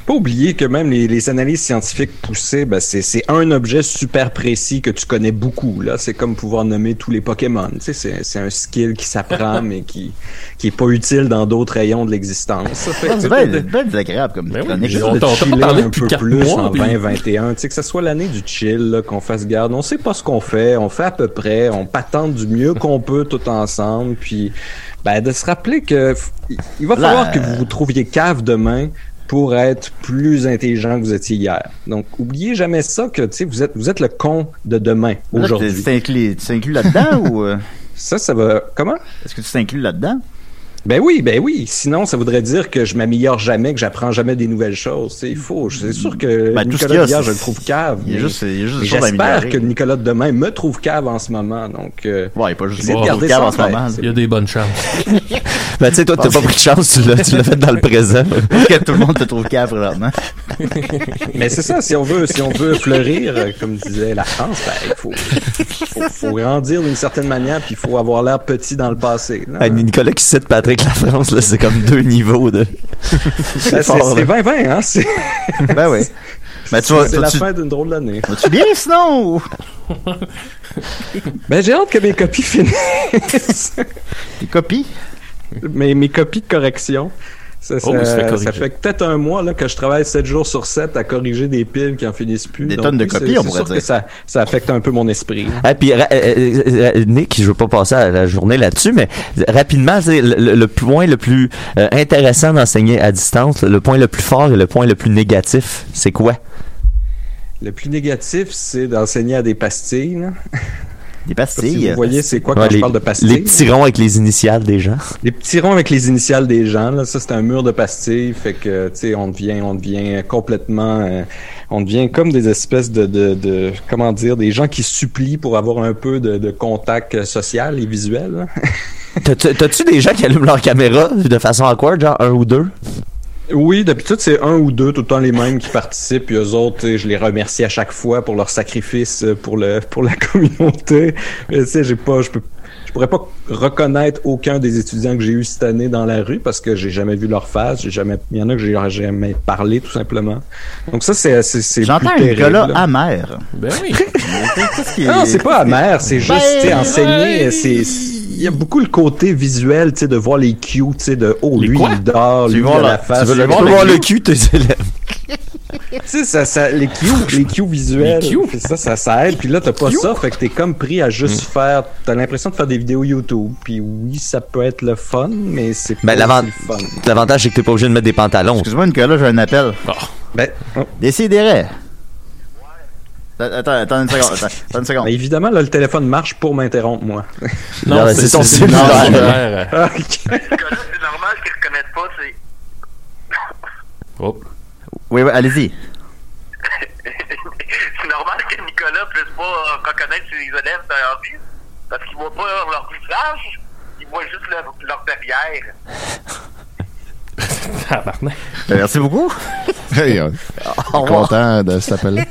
Speaker 8: faut Pas oublier que même les, les analyses scientifiques poussées, ben, c'est, c'est un objet super précis que tu connais beaucoup. Là, c'est comme pouvoir nommer tous les Pokémon. Tu sais, c'est, c'est un skill qui s'apprend mais qui qui est pas utile dans d'autres rayons de l'existence. Ça fait que
Speaker 3: Ah, C'est
Speaker 8: tu
Speaker 3: bien,
Speaker 8: peux-
Speaker 3: bien désagréable
Speaker 8: Ben
Speaker 3: comme
Speaker 1: Ben oui,
Speaker 3: chronique.
Speaker 1: j'ai
Speaker 8: de
Speaker 1: T'as- t'as pas
Speaker 8: chiller
Speaker 1: parlé
Speaker 8: un
Speaker 1: depuis
Speaker 8: peu
Speaker 1: quatre
Speaker 8: plus
Speaker 1: mois,
Speaker 8: en
Speaker 1: puis-
Speaker 8: 2021, tu sais que ce soit l'année du chill, là, qu'on fasse garde, on sait pas ce qu'on fait, on fait à peu près, on patente du mieux qu'on peut tout ensemble, puis ben, de se rappeler que f- il va
Speaker 3: Là,
Speaker 8: falloir que vous vous trouviez cave demain pour être plus intelligent que vous étiez hier. Donc oubliez jamais ça que tu sais vous êtes vous êtes le con de
Speaker 3: Là,
Speaker 8: demain
Speaker 3: t'es-
Speaker 8: aujourd'hui.
Speaker 3: Tu t'inclus tu t'inclus là-dedans ou euh,
Speaker 8: Ça ça va comment
Speaker 3: est-ce que tu t'inclus là-dedans?
Speaker 8: Ben oui, ben oui. Sinon, ça voudrait dire que je m'améliore jamais, que j'apprends jamais des nouvelles choses. C'est faux. C'est sûr que
Speaker 3: Ben, tout ce qu'il y
Speaker 8: Nicolas
Speaker 3: a,
Speaker 8: Billard,
Speaker 3: c'est-
Speaker 8: je le trouve cave.
Speaker 3: Il y a
Speaker 8: mais-
Speaker 3: juste, il y a juste
Speaker 8: mais
Speaker 3: des choses à
Speaker 8: J'espère
Speaker 3: améliorer.
Speaker 8: que Nicolas demain me trouve cave en ce moment. Donc, euh,
Speaker 3: Ouais, il a pas juste
Speaker 8: j'essaie
Speaker 3: des
Speaker 8: de garder
Speaker 3: choses
Speaker 8: ça
Speaker 3: en
Speaker 8: en
Speaker 3: ce moment.
Speaker 8: tête.
Speaker 1: Il y a des bonnes chances.
Speaker 10: Ben, tu sais, toi, t'as pas pris de chance. Tu l'as, tu l'as fait dans le présent.
Speaker 3: Parce que tout le monde te trouve cave hein. présentement.
Speaker 1: Ben
Speaker 8: Mais c'est ça, si on veut, si on veut fleurir, euh, comme disait la France, ben, il faut, faut, faut grandir d'une certaine manière, puis il faut avoir l'air petit dans le passé. là.
Speaker 10: Ah,
Speaker 3: Ben,
Speaker 10: Nicolas qui cite Patrick La France, là, c'est comme deux niveaux de.
Speaker 8: Ben, c'est
Speaker 10: fort,
Speaker 8: c'est 20-20, hein? C'est
Speaker 3: Ben oui. Ben tu vas,
Speaker 8: c'est la
Speaker 3: tu,
Speaker 8: fin d'une drôle d'année.
Speaker 3: tu bien sinon? ou-
Speaker 8: Ben, j'ai hâte que mes copies finissent.
Speaker 3: Tes copies?
Speaker 8: mes, mes copies de correction. Ça,
Speaker 1: Oh,
Speaker 8: ça-
Speaker 1: ça fait corriger.
Speaker 8: ça fait peut-être un mois là, que je travaille 7 jours sur 7 à corriger des piles qui en finissent plus.
Speaker 3: Des
Speaker 8: Donc,
Speaker 3: tonnes de
Speaker 8: oui, c'est-
Speaker 3: copies, on
Speaker 8: c'est
Speaker 3: pourrait
Speaker 8: sûr
Speaker 3: dire.
Speaker 8: que ça, ça affecte un peu mon esprit.
Speaker 10: Ah, puis, ra- euh, euh, euh, Nick, je veux pas passer à la journée là-dessus, mais rapidement, c'est le, le- le point le plus euh, intéressant d'enseigner à distance, le point le plus fort et le point le plus négatif, c'est quoi?
Speaker 8: Le plus négatif, c'est d'enseigner à des pastilles. là.
Speaker 3: Des
Speaker 8: Je sais pas si
Speaker 3: pastilles.
Speaker 8: vous voyez c'est quoi quand
Speaker 10: Ouais,
Speaker 8: je
Speaker 10: les,
Speaker 8: parle de pastilles.
Speaker 10: les petits ronds avec les initiales des gens.
Speaker 8: Les petits ronds avec les initiales des gens, là, ça c'est un mur de pastilles, fait que tu sais on devient, on devient complètement, euh, on devient comme des espèces de, de, de- comment dire, des gens qui supplient pour avoir un peu de, de contact euh, social et visuel. là.
Speaker 10: T'as- t'as- T'as-tu des gens qui allument leur caméra de façon awkward, genre un ou deux?
Speaker 8: Oui, d'habitude, c'est un ou deux, tout le temps les mêmes qui participent, puis eux autres, tu sais, je les remercie à chaque fois pour leur sacrifice euh, pour, le, pour la communauté. Mais tu sais, j'ai pas, je peux, je pourrais pas reconnaître aucun des étudiants que j'ai eu cette année dans la rue parce que j'ai jamais vu leur face, j'ai jamais, il y en a que j'ai jamais parlé, tout simplement. Donc ça, c'est, c'est, c'est
Speaker 3: J'entends un
Speaker 8: plus terrible,
Speaker 3: Nicolas
Speaker 8: là.
Speaker 3: amer.
Speaker 1: Ben oui.
Speaker 3: Qu'est-ce qui
Speaker 8: Ah Non, c'est pas amer, c'est juste
Speaker 3: Ben,
Speaker 8: tu sais, enseigner.
Speaker 1: ouais.
Speaker 8: c'est- Il y a beaucoup le côté visuel, tu sais, de voir les cues, tu sais, de oh,
Speaker 1: Les
Speaker 8: lui,
Speaker 1: quoi?
Speaker 8: il dort,
Speaker 3: Tu
Speaker 8: lui, il
Speaker 3: vois
Speaker 8: a
Speaker 3: la-
Speaker 8: la face.
Speaker 10: tu veux
Speaker 8: lui,
Speaker 10: le
Speaker 8: il a
Speaker 10: voir,
Speaker 8: la
Speaker 10: le cul, tes élèves.
Speaker 8: Tu sais, ça, ça, les cues, les cues visuels,
Speaker 1: Les cues.
Speaker 8: puis ça, ça, ça aide. Puis là, t'as pas ça, fait que t'es comme pris à juste
Speaker 10: Mm.
Speaker 8: faire. T'as l'impression de faire des vidéos YouTube. Puis oui, ça peut être le fun, mais c'est
Speaker 10: Ben,
Speaker 8: pas
Speaker 10: l'avant-
Speaker 8: aussi le fun.
Speaker 10: L'avantage, c'est que t'es pas obligé de mettre des pantalons.
Speaker 3: Excuse-moi, Nicolas, j'ai un appel.
Speaker 8: Ben, oh,
Speaker 3: Décidérez. Attends, attends une seconde. Attends, attends une seconde.
Speaker 8: ben, évidemment, là, le téléphone marche pour m'interrompre, moi.
Speaker 10: Non,
Speaker 1: Non,
Speaker 10: mais c'est
Speaker 1: c'est
Speaker 10: son
Speaker 1: son
Speaker 10: cellulaire.
Speaker 1: cellulaire.
Speaker 8: Ah, ok.
Speaker 9: Nicolas, c'est normal qu'ils reconnaissent pas, c'est.
Speaker 1: Oh.
Speaker 3: Oui, oui, allez-y.
Speaker 9: c'est normal que Nicolas puisse pas euh, reconnaître ses élèves dans la rue parce qu'il voit pas leur visage, il voit juste leur, leur derrière.
Speaker 1: Tabarnak.
Speaker 3: Euh, Merci beaucoup.
Speaker 7: Hey, euh,
Speaker 3: Au revoir.
Speaker 7: content de cet appel-là.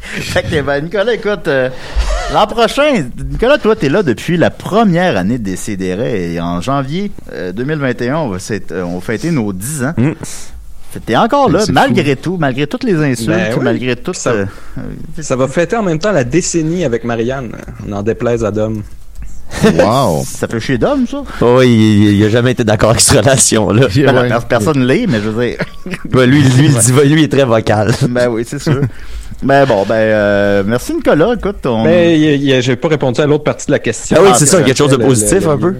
Speaker 3: Fait que, ben, Nicolas, écoute, euh, l'an prochain, Nicolas, toi, t'es là depuis la première année de Décideret et en janvier euh, 2021, on va, fêter- euh, on va fêter nos 10 ans.
Speaker 10: Mm.
Speaker 3: Fait que T'es encore là,
Speaker 7: C'est
Speaker 3: malgré tout, malgré toutes les insultes,
Speaker 8: Ben oui.
Speaker 3: malgré tout.
Speaker 8: Ça-
Speaker 3: euh,
Speaker 8: Ça va fêter en même temps la décennie avec Marianne. On en déplaise à Dom.
Speaker 7: Wow!
Speaker 3: ça fait chier d'homme, ça.
Speaker 10: Oh, il, il a jamais été d'accord avec cette relation-là.
Speaker 7: Yeah,
Speaker 3: Ben,
Speaker 7: ouais.
Speaker 3: per- Personne ne l'est, mais je veux dire.
Speaker 10: Ben, lui, lui, il dit- lui, il est très vocal.
Speaker 3: ben oui, c'est sûr. ben bon, ben, euh, merci, Nicolas. Écoute, on.
Speaker 8: Ben, y a- y a- j'ai pas répondu à l'autre partie de la question.
Speaker 10: Ah oui, c'est ça,
Speaker 8: Euh,
Speaker 10: quelque chose de
Speaker 8: le- le-
Speaker 10: positif,
Speaker 8: le-
Speaker 10: un peu.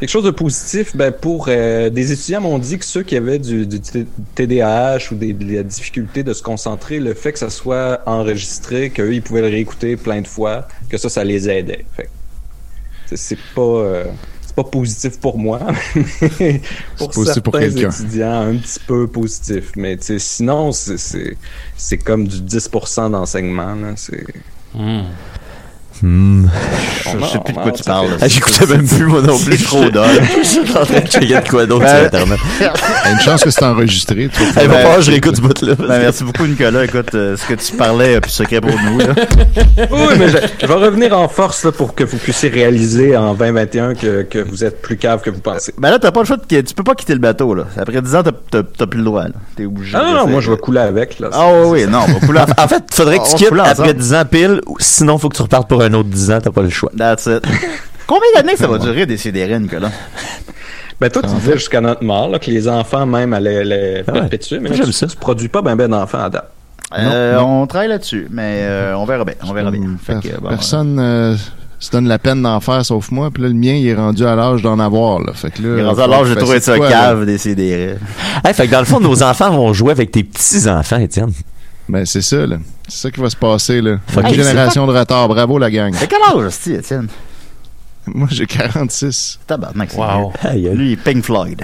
Speaker 8: Quelque chose de positif, ben, pour euh, des étudiants m'ont dit que ceux qui avaient du, du T- TDAH ou des, de la difficulté de se concentrer, le fait que ça soit enregistré, qu'eux, ils pouvaient le réécouter plein de fois, que ça, ça les aidait. Fait que c'est- c'est pas... euh, c'est pas positif pour moi, mais pour
Speaker 7: positif
Speaker 8: certains
Speaker 7: pour quelqu'un.
Speaker 8: étudiants, un petit peu positif. Mais tu sais, sinon, c'est- c'est c'est comme du 10% d'enseignement. là. C'est
Speaker 1: Hmm.
Speaker 3: Je je sais plus de quoi tu parles.
Speaker 10: Ah, J'écoutais même plus, moi non plus.
Speaker 3: C'est trop d'heures.
Speaker 10: Je suis en train de checker de quoi d'autre sur
Speaker 3: Ben-
Speaker 10: Internet.
Speaker 7: Une chance que c'est enregistré. tu vois.
Speaker 10: Hey, Eh, va
Speaker 3: Ben-
Speaker 10: falloir que je réécoute ce bout-là.
Speaker 3: Ben, merci beaucoup, Nicolas. Écoute, euh, ce que tu parlais, euh, plus secret pour nous. Là.
Speaker 8: Oui, mais je, je vais revenir en force là, pour que vous puissiez réaliser en 2021 que, que vous êtes plus cave que vous pensez.
Speaker 3: Ben là, t'as pas le choix de. Tu peux pas quitter le bateau. là. Après 10 ans, t'as- t'as t'as plus le droit. là. T'es obligé.
Speaker 8: Ah non, non,
Speaker 3: C'est-
Speaker 8: moi je vais couler avec. Là,
Speaker 3: Ah oui, oui, non, on va couler en-
Speaker 10: En fait, faudrait que
Speaker 3: On
Speaker 10: tu quittes
Speaker 3: coule ensemble.
Speaker 10: après 10 ans pile, ou sinon faut que tu repartes pour un autre 10 ans, t'as pas le choix.
Speaker 3: That's it. Combien d'années ça va durer des CDR, Nicolas?
Speaker 8: Ben toi, tu disais jusqu'à notre mort là, que les enfants même allaient les
Speaker 10: Ah ouais.
Speaker 8: perpétuer, mais là,
Speaker 10: J'aime
Speaker 8: tu,
Speaker 10: ça.
Speaker 8: tu produis pas ben ben d'enfants à date.
Speaker 3: Euh, On travaille là-dessus, mais euh, on verra bien. On verra bien. Fait que, bon,
Speaker 7: Personne euh, se donne la peine d'en faire sauf moi. Puis là, le mien, il est rendu à l'âge d'en avoir. Là. Fait que là,
Speaker 3: euh, Grâce
Speaker 7: faut
Speaker 3: à l'âge, j'ai
Speaker 7: que je
Speaker 3: trouvé
Speaker 7: fasse
Speaker 3: ça
Speaker 7: quoi, là.
Speaker 3: cave des CDR.
Speaker 10: Hey, fait que dans le fond, nos enfants vont jouer avec tes petits-enfants, Étienne.
Speaker 7: Ben, c'est ça, là. C'est ça qui va se passer, là.
Speaker 10: Fuck.
Speaker 7: Une
Speaker 10: Hey,
Speaker 7: génération de retard. Bravo, la gang.
Speaker 3: T'as quel âge, hostie, Étienne?
Speaker 7: Moi, j'ai 46.
Speaker 3: Tabarnak, c'est
Speaker 1: Wow.
Speaker 10: Aïe,
Speaker 3: vieux.
Speaker 10: aïe.
Speaker 3: Lui, il est Pink Floyd.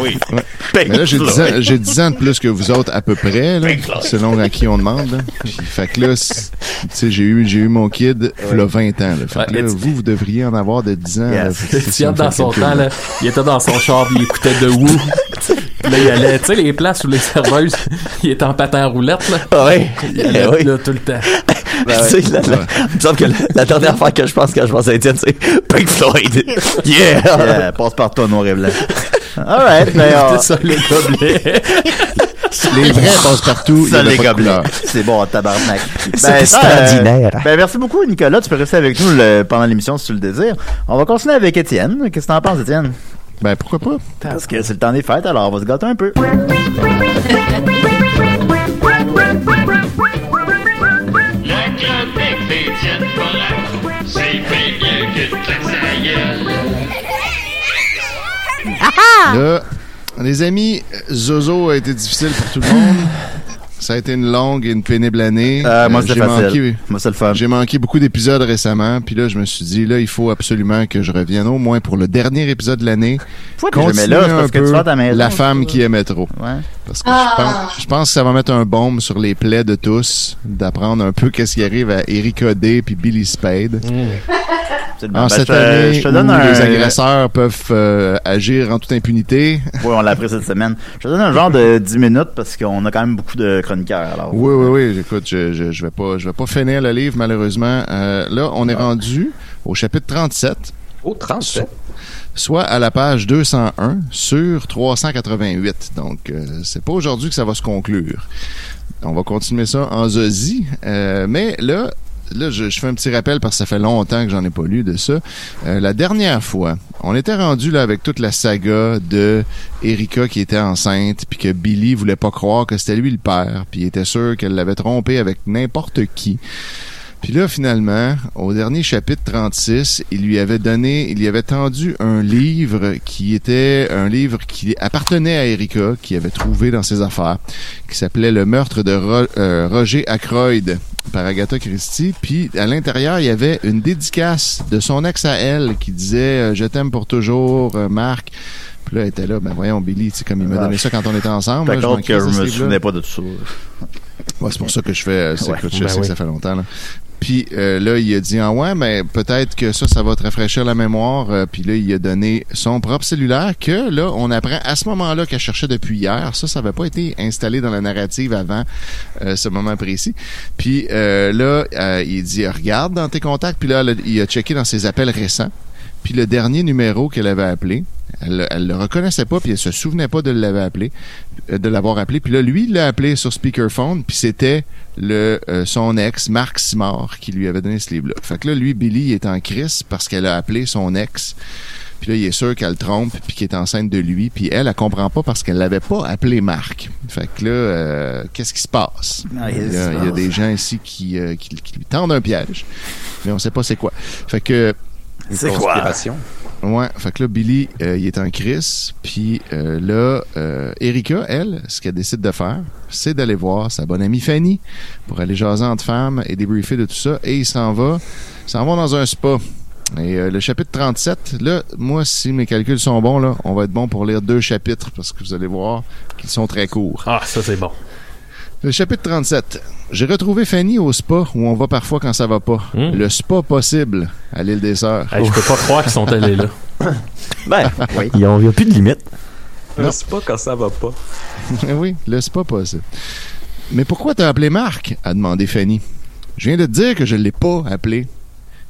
Speaker 3: Oui. Pink
Speaker 7: Mais là, j'ai 10, ans,
Speaker 3: Floyd.
Speaker 7: j'ai 10 ans de plus que vous autres, à peu près, là, selon à qui on demande. là. Puis, fait que là, c'est- tu sais, j'ai eu, j'ai eu mon kid, il a 20 ans. Là. Fait que
Speaker 1: Ouais,
Speaker 7: là,
Speaker 1: et tu-
Speaker 7: vous, vous devriez en avoir de 10 ans.
Speaker 3: Yes.
Speaker 7: là.
Speaker 1: Le
Speaker 7: Ah, C'est-
Speaker 1: Tiens,
Speaker 7: c'est-
Speaker 1: dans son
Speaker 7: c'est-
Speaker 1: temps, là, il était dans son char, puis il écoutait de Woo. Puis là, il allait, tu sais, les places où les serveuses, il était en patin roulette, là.
Speaker 7: Ah
Speaker 10: Ouais.
Speaker 1: Il allait
Speaker 10: Eh oui.
Speaker 1: là tout le temps.
Speaker 10: Tu sais, la- la- Il me semble que la, la dernière fois que je pense quand je pense à Étienne, c'est Pink Floyd. Yeah!
Speaker 3: Yeah, passe par toi, noir et blanc. Alright, mais
Speaker 1: C'était
Speaker 3: on...
Speaker 1: ça, les gobelets.
Speaker 7: Les vrais passent partout.
Speaker 3: Ça,
Speaker 7: il y a
Speaker 3: les
Speaker 7: pas de
Speaker 3: gobelets.
Speaker 7: couleur.
Speaker 3: C'est bon, en tabarnak. Ben,
Speaker 10: C'était
Speaker 3: ça,
Speaker 10: extraordinaire.
Speaker 3: euh, ben, merci beaucoup, Nicolas. Tu peux rester avec nous le- pendant l'émission si tu le désires. On va continuer avec Étienne. Qu'est-ce que t'en penses, Étienne?
Speaker 7: Ben, pourquoi pas?
Speaker 3: Parce que c'est le temps des fêtes, alors on va se gâter un peu.
Speaker 7: Ah, Là, les amis, Zozo a été difficile pour tout le monde. Ça a été une longue et une pénible année.
Speaker 3: Euh, moi,
Speaker 7: Euh,
Speaker 3: c'est
Speaker 7: j'ai
Speaker 3: facile.
Speaker 7: manqué-
Speaker 3: Moi, c'est le fun.
Speaker 7: J'ai manqué beaucoup d'épisodes récemment, puis là je me suis dit là il faut absolument que je revienne au moins pour le dernier épisode de l'année.
Speaker 3: que je le mets là? C'est parce que tu vas à ta maison.
Speaker 7: la femme qui aimait trop.
Speaker 3: Ouais.
Speaker 7: Parce que je, pense, je pense que ça va mettre un baume sur les plaies de tous d'apprendre un peu qu'est-ce qui arrive à Eric Odé puis Billy Spade.
Speaker 3: Absolument.
Speaker 7: En
Speaker 3: Mm. Ben,
Speaker 7: cette
Speaker 3: je, te-
Speaker 7: année
Speaker 3: je te donne
Speaker 7: où
Speaker 3: un.
Speaker 7: les agresseurs peuvent euh, agir en toute impunité.
Speaker 3: Oui, on l'a pris cette semaine. Je te donne un genre de 10 minutes parce qu'on a quand même beaucoup de chroniqueurs. Alors,
Speaker 7: Oui, oui, oui. Écoute, je, je, je vais pas, je vais pas finir le livre malheureusement. Euh, là, on est rendu au chapitre 37.
Speaker 8: Oh, 37.
Speaker 7: soit à la page 201 sur 388. Donc, euh, c'est pas aujourd'hui que ça va se conclure. On va continuer ça en Zosie. Euh, mais là, là je, je fais un petit rappel parce que ça fait longtemps que j'en ai pas lu de ça. Euh, la dernière fois, on était rendu là avec toute la saga de Erika qui était enceinte, puis que Billy voulait pas croire que c'était lui le père, puis il était sûr qu'elle l'avait trompé avec n'importe qui. Puis là, finalement, au dernier chapitre 36, il lui avait donné, il lui avait tendu un livre qui était un livre qui appartenait à Erika, qu'il avait trouvé dans ses affaires, qui s'appelait Le meurtre de Ro- euh, Roger Ackroyd par Agatha Christie. Puis à l'intérieur, il y avait une dédicace de son ex à elle qui disait euh, Je t'aime pour toujours, euh, Marc. Puis là, elle était là, ben voyons, Billy, tu sais, comme il m'a
Speaker 3: Ah,
Speaker 7: donné ça quand on était ensemble.
Speaker 3: Par
Speaker 7: là, je m'en
Speaker 3: contre, que
Speaker 7: crisse de ce
Speaker 3: je me
Speaker 7: livre-là.
Speaker 3: souvenais pas de tout ça.
Speaker 7: Ouais, c'est pour ça que je fais. euh, c'est
Speaker 3: Ouais.
Speaker 7: que je
Speaker 1: Ben
Speaker 7: sais que
Speaker 1: oui.
Speaker 7: ça fait longtemps. Là. Puis euh, là, il a dit ah ouais, mais peut-être que ça, ça va te rafraîchir la mémoire. Euh, puis là, il a donné son propre cellulaire que là, on apprend à ce moment-là qu'elle cherchait depuis hier. Ça, ça n'avait pas été installé dans la narrative avant euh, ce moment précis. Puis euh, là, euh, il dit regarde dans tes contacts. Puis là, elle a- il a checké dans ses appels récents. Puis le dernier numéro qu'elle avait appelé, elle, elle le reconnaissait pas, puis elle se souvenait pas de l'avoir appelé, euh, de l'avoir appelé. Puis là, lui, il l'a appelé sur speakerphone, puis c'était le euh, son ex, Marc Simard, qui lui avait donné ce livre-là. Fait que là, lui, Billy, il est en crise parce qu'elle a appelé son ex. Puis là, il est sûr qu'elle le trompe, puis qu'il est enceinte de lui. Puis elle, elle comprend pas parce qu'elle l'avait pas appelé Marc. Fait que là, euh, qu'est-ce qui se passe?
Speaker 3: Ah,
Speaker 7: il, y
Speaker 3: qu'est-ce qui
Speaker 7: a,
Speaker 3: se
Speaker 7: il y a
Speaker 3: passe?
Speaker 7: des gens ici qui, euh, qui, qui lui tendent un piège, mais on sait pas c'est quoi. Fait que
Speaker 3: C'est quoi?
Speaker 8: Conspiration.
Speaker 7: Ouais, fait que là, Billy, euh, il est en crise. Puis euh, là, euh, Erika, elle, ce qu'elle décide de faire, c'est d'aller voir sa bonne amie Fanny pour aller jaser entre femmes et débriefer de tout ça. Et il s'en va, ils s'en vont dans un spa. Et euh, le chapitre 37, là, moi, si mes calculs sont bons, là, on va être bon pour lire deux chapitres parce que vous allez voir qu'ils sont très courts.
Speaker 1: Ah, ça, c'est bon.
Speaker 7: Le chapitre 37. J'ai retrouvé Fanny au spa où on va parfois quand ça va pas. Le spa possible à l'île des Sœurs.
Speaker 1: Hmm. Hey, je peux pas croire qu'ils sont allés là.
Speaker 10: Ben,
Speaker 7: Oui.
Speaker 10: il n'y a plus de limite.
Speaker 7: Non.
Speaker 8: Le spa quand ça va pas.
Speaker 7: oui, le spa possible. Mais pourquoi t'as appelé Marc a demandé Fanny. Je viens de te dire que je l'ai pas appelé.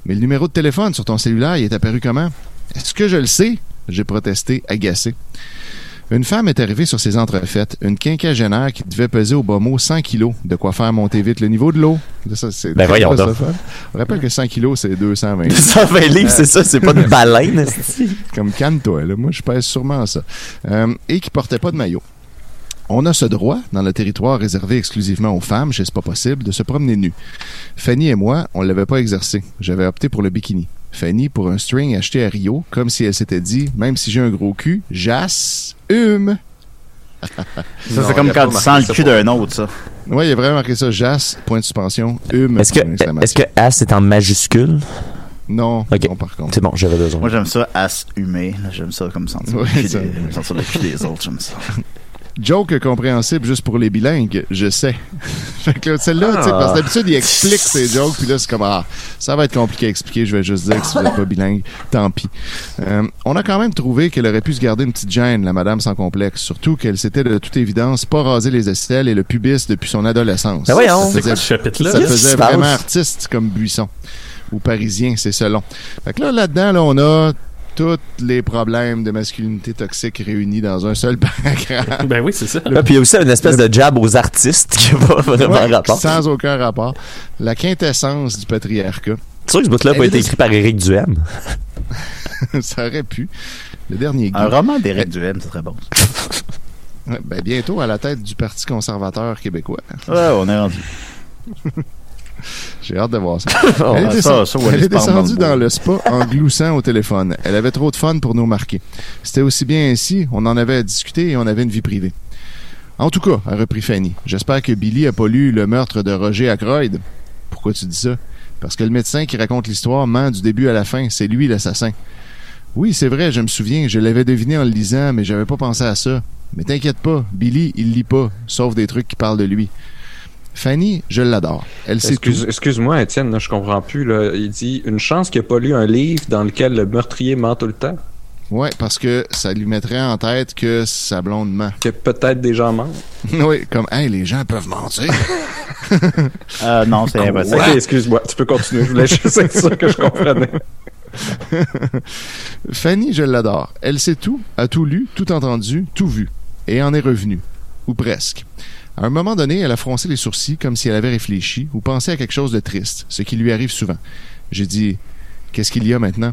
Speaker 7: Mais le numéro de téléphone sur ton cellulaire, il est apparu comment Est-ce que je le sais J'ai protesté, agacé. Une femme est arrivée sur ses entrefaites, une quinquagénaire qui devait peser au bas mot 100 kilos, de quoi faire monter vite le niveau de l'eau. Ça, c'est-
Speaker 10: Ben, voyons
Speaker 7: ça,
Speaker 10: donc.
Speaker 7: ça. On rappelle que 100 kilos, c'est 220.
Speaker 10: 220 livres, c'est ça, c'est pas de baleine. esti.
Speaker 7: Comme calme-toi, là. Moi, je pèse sûrement ça. Euh, et qui portait pas de maillot. On a ce droit, dans le territoire réservé exclusivement aux femmes, chez C'est pas possible, de se promener nu. Fanny et moi, on l'avait pas exercé. J'avais opté pour le bikini. Fanny pour un string acheté à Rio, comme si elle s'était dit, même si j'ai un gros cul, j'assume.
Speaker 3: Ça, c'est comme quand tu sens le cul d'un autre, ça.
Speaker 7: Ouais, il a vraiment marqué ça, jas, point de suspension, hume.
Speaker 10: Est-ce
Speaker 7: point
Speaker 10: que, est-ce
Speaker 7: d'exclamation.
Speaker 10: que As est en majuscule?
Speaker 7: Non,
Speaker 10: Ok.
Speaker 7: non, par contre.
Speaker 10: C'est bon, j'avais besoin.
Speaker 3: Moi, j'aime ça, assumer. Là, J'aime ça comme sentir le
Speaker 7: Ouais,
Speaker 3: cul
Speaker 7: ça.
Speaker 3: des- me sentir le cul des autres. J'aime ça.
Speaker 7: Joke compréhensible juste pour les bilingues, je sais. fait que là, celle-là, tu sais, parce que d'habitude, il explique ses jokes, puis là, c'est comme, ah, ça va être compliqué à expliquer, je vais juste dire que si vous n'êtes pas bilingue, tant pis. Euh, on a quand même trouvé qu'elle aurait pu se garder une petite gêne, la madame sans complexe, surtout qu'elle s'était de toute évidence pas rasé les aisselles et le pubis depuis son adolescence.
Speaker 10: Ben voyons.
Speaker 7: Ça
Speaker 1: C'est quoi
Speaker 7: faisait
Speaker 1: ce chapitre-là?
Speaker 7: ça
Speaker 10: Qu'est-ce qui
Speaker 7: faisait
Speaker 10: se passe?
Speaker 7: vraiment artiste comme Buisson. Ou parisien, c'est selon. Fait que là, là-dedans, là, on a tous les problèmes de masculinité toxique réunis dans un seul paragraphe.
Speaker 1: Ben oui, c'est ça.
Speaker 10: Ah, puis il y a aussi une espèce de jab aux artistes qui n'a pas vraiment
Speaker 7: Ouais,
Speaker 10: rapport. C'est
Speaker 7: Sans aucun rapport. La quintessence du patriarcat.
Speaker 10: sûr que ce
Speaker 7: Eh,
Speaker 10: bout-là n'a pas été écrit par Éric Duhem.
Speaker 7: ça aurait pu. Le dernier
Speaker 3: Un
Speaker 7: gars.
Speaker 3: roman d'Éric Duhem, c'est très bon. ça.
Speaker 7: Ouais, ben, bientôt à la tête du Parti conservateur québécois.
Speaker 10: Ah,
Speaker 3: Ouais, on est rendu.
Speaker 7: J'ai hâte de voir ça.
Speaker 10: Oh,
Speaker 7: Elle est,
Speaker 3: ouais,
Speaker 7: descend-
Speaker 3: Ah, ça, ça, Wallis
Speaker 7: elle est
Speaker 3: parle
Speaker 7: descendue
Speaker 3: dans le
Speaker 7: dans le spa en gloussant au téléphone. Elle avait trop de fun pour nous marquer. C'était aussi bien ainsi, on en avait à discuter et on avait une vie privée. En tout cas, a repris Fanny, j'espère que Billy a pas lu le meurtre de Roger Ackroyd. Pourquoi tu dis ça? Parce que le médecin qui raconte l'histoire ment du début à la fin, c'est lui l'assassin. Oui, c'est vrai, je me souviens, je l'avais deviné en le lisant, mais j'avais pas pensé à ça. Mais t'inquiète pas, Billy, il lit pas, sauf des trucs qui parlent de lui. Fanny, je l'adore. Elle sait tout.
Speaker 8: Excuse- Excuse-moi, Étienne, là, je comprends plus. Là. Il dit une chance qu'il n'a pas lu un livre dans lequel le meurtrier ment tout le temps,
Speaker 7: Ouais, parce que ça lui mettrait en tête que sa blonde ment.
Speaker 8: que peut-être des gens mentent.
Speaker 7: oui, comme, hey, les gens peuvent mentir.
Speaker 3: Euh, non, c'est impossible.
Speaker 8: Ok, excuse-moi, tu peux continuer. Je voulais juste être sûr que je comprenais.
Speaker 7: Fanny, je l'adore. Elle sait tout, a tout lu, tout entendu, tout vu. Et en est revenue. Ou presque. À un moment donné, elle a froncé les sourcils comme si elle avait réfléchi ou pensé à quelque chose de triste, ce qui lui arrive souvent. J'ai dit, qu'est-ce qu'il y a maintenant?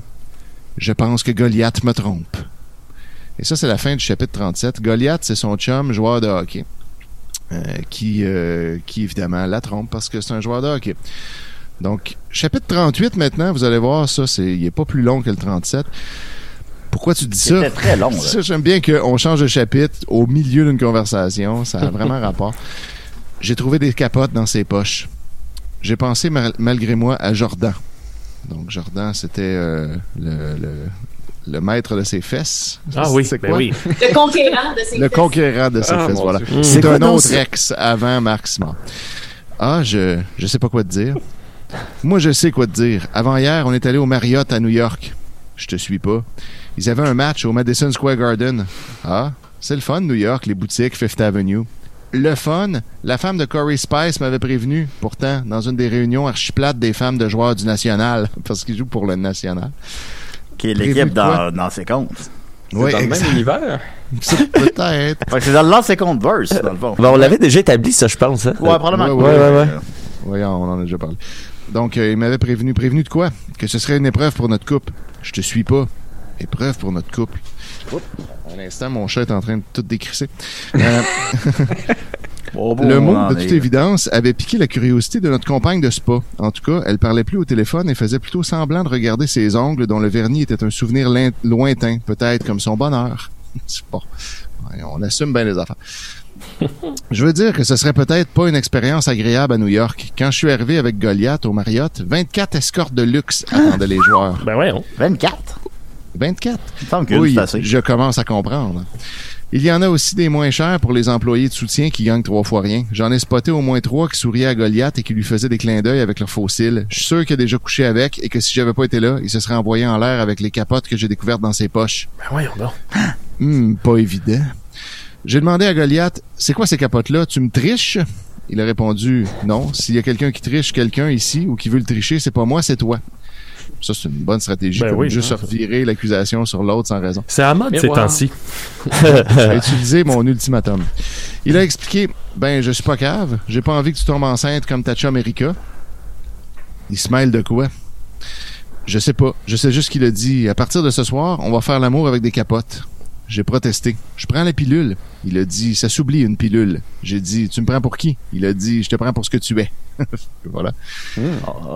Speaker 7: Je pense que Goliath me trompe. Et ça, c'est la fin du chapitre 37. Goliath, c'est son chum, joueur de hockey, euh, qui, euh, qui évidemment la trompe parce que c'est un joueur de hockey. Donc, chapitre 38 maintenant, vous allez voir, ça, c'est, il est pas plus long que le 37. Pourquoi tu dis ça?
Speaker 3: C'était très long, là.
Speaker 7: Ça, j'aime bien qu'on change de chapitre au milieu d'une conversation. Ça a vraiment rapport. J'ai trouvé des capotes dans ses poches. J'ai pensé mal- malgré moi à Jordan. Donc, Jordan, c'était euh, le, le- le maître de ses fesses.
Speaker 1: Ah oui,
Speaker 7: C'est
Speaker 1: ben
Speaker 7: quoi?
Speaker 1: oui.
Speaker 6: Le conquérant de ces
Speaker 7: Le conquérant de ses
Speaker 8: Ah,
Speaker 7: fesses,
Speaker 8: mon
Speaker 7: voilà.
Speaker 8: Dieu.
Speaker 10: C'est
Speaker 7: C'est
Speaker 10: quoi
Speaker 7: un
Speaker 10: donc,
Speaker 7: autre
Speaker 10: ça?
Speaker 7: ex avant Marc Simard. Ah, je, je sais pas quoi te dire. Moi, je sais quoi te dire. Avant-hier, on est allé au Marriott à New York. Je te suis pas. Ils avaient un match au Madison Square Garden. Ah, c'est le fun, New York, les boutiques, Fifth Avenue. Le fun, la femme de Corey Spice m'avait prévenu, pourtant, dans une des réunions archiplates des femmes de joueurs du National, parce qu'ils jouent pour le National.
Speaker 3: Qui est
Speaker 7: Prévu
Speaker 3: l'équipe
Speaker 7: de quoi?
Speaker 3: dans, dans ses comptes.
Speaker 8: C'est dans le même univers.
Speaker 7: exact. Peut-être.
Speaker 3: Fait que c'est dans le ses comptes verse, dans le fond.
Speaker 10: Ben, on l'avait déjà établi, ça, je pense. hein. Euh,
Speaker 3: Ouais, probablement. que
Speaker 7: Ouais,
Speaker 3: oui.
Speaker 10: ouais, ouais.
Speaker 7: Voyons, on en a déjà parlé. Donc, euh, il m'avait prévenu. Prévenu de quoi? Que ce serait une épreuve pour notre couple. Je te suis pas. Épreuve pour notre couple. Oups. À l'instant, mon chat est en train de tout décrisser. Euh,
Speaker 3: Bon, bon,
Speaker 7: le
Speaker 3: on
Speaker 7: mot,
Speaker 3: en
Speaker 7: de
Speaker 3: est,
Speaker 7: toute
Speaker 3: là.
Speaker 7: évidence, avait piqué la curiosité de notre compagne de spa. En tout cas, elle parlait plus au téléphone et faisait plutôt semblant de regarder ses ongles dont le vernis était un souvenir lin- lointain, peut-être comme son bonheur. C'est bon. Ouais, On assume bien les affaires. Je veux dire que ce serait peut-être pas une expérience agréable à New York. Quand je suis arrivé avec Goliath au Marriott, 24 escortes de luxe attendaient les joueurs.
Speaker 1: Ben voyons.
Speaker 3: 24?
Speaker 7: 24?
Speaker 3: Il me semble que
Speaker 7: Oui,
Speaker 3: c'est assez.
Speaker 7: je commence à comprendre. Il y en a aussi des moins chers pour les employés de soutien qui gagnent trois fois rien. J'en ai spoté au moins trois qui souriaient à Goliath et qui lui faisaient des clins d'œil avec leurs fossiles. Je suis sûr qu'il a déjà couché avec et que si j'avais pas été là, il se serait envoyé en l'air avec les capotes que j'ai découvertes dans ses poches.
Speaker 1: Ben voyons donc.
Speaker 7: Hmm, pas évident. J'ai demandé à Goliath, c'est quoi ces capotes-là? Tu me triches? Il a répondu, non. S'il y a quelqu'un qui triche quelqu'un ici ou qui veut le tricher, c'est pas moi, c'est toi. Ça, c'est une bonne stratégie.
Speaker 1: Ben
Speaker 7: comme
Speaker 1: oui,
Speaker 7: juste
Speaker 1: hein,
Speaker 7: revirer l'accusation sur l'autre sans raison.
Speaker 1: C'est à mode ces
Speaker 8: Miroir.
Speaker 1: temps-ci.
Speaker 7: J'ai utilisé mon ultimatum. Il a expliqué, ben, je suis pas cave. J'ai pas envie que tu tombes enceinte comme ta chum Erika. Il se mêle de quoi? Je sais pas. Je sais juste qu'il a dit, à partir de ce soir, on va faire l'amour avec des capotes. J'ai protesté. Je prends la pilule. Il a dit, ça s'oublie une pilule. J'ai dit, tu me prends pour qui? Il a dit, je te prends pour ce que tu es. voilà.
Speaker 3: Oh,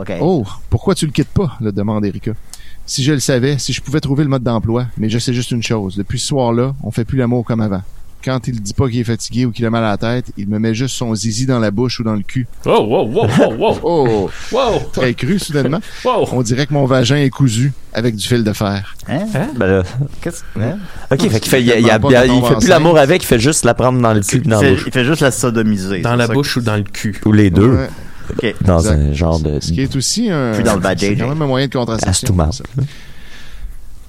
Speaker 3: OK.
Speaker 7: Oh, pourquoi tu le quittes pas? le demande Erika. Si je le savais, si je pouvais trouver le mode d'emploi, mais je sais juste une chose. Depuis ce soir-là, on fait plus l'amour comme avant. Quand il dit pas qu'il est fatigué ou qu'il a mal à la tête, il me met juste son zizi dans la bouche ou dans le cul.
Speaker 1: Wow, wow, wow, wow, wow,
Speaker 7: Oh,
Speaker 1: wow,
Speaker 7: très cru soudainement.
Speaker 1: wow.
Speaker 7: On dirait que mon vagin est cousu avec du fil de fer.
Speaker 3: Hein?
Speaker 10: Ben là,
Speaker 3: Qu'est-ce hein?
Speaker 10: ok, fait qu'il fait, il, y a- il y a-
Speaker 7: Ah, Tellement pas
Speaker 10: il
Speaker 7: qu'on
Speaker 10: fait
Speaker 7: enceinte.
Speaker 10: plus l'amour avec, il fait juste la prendre dans le cul, puis dans la
Speaker 3: C'est-
Speaker 10: bouche.
Speaker 3: Il fait juste la sodomiser.
Speaker 1: Dans
Speaker 3: c'est
Speaker 1: la
Speaker 3: ça
Speaker 1: bouche ou dans le cul.
Speaker 10: Ou les deux,
Speaker 7: Ouais.
Speaker 3: que- OK.
Speaker 10: dans
Speaker 7: exact.
Speaker 10: un genre de.
Speaker 7: Ce qui est aussi un.
Speaker 3: Puis dans le vagin.
Speaker 7: C'est quand même un moyen de contraception.
Speaker 10: Astouman.
Speaker 7: ça.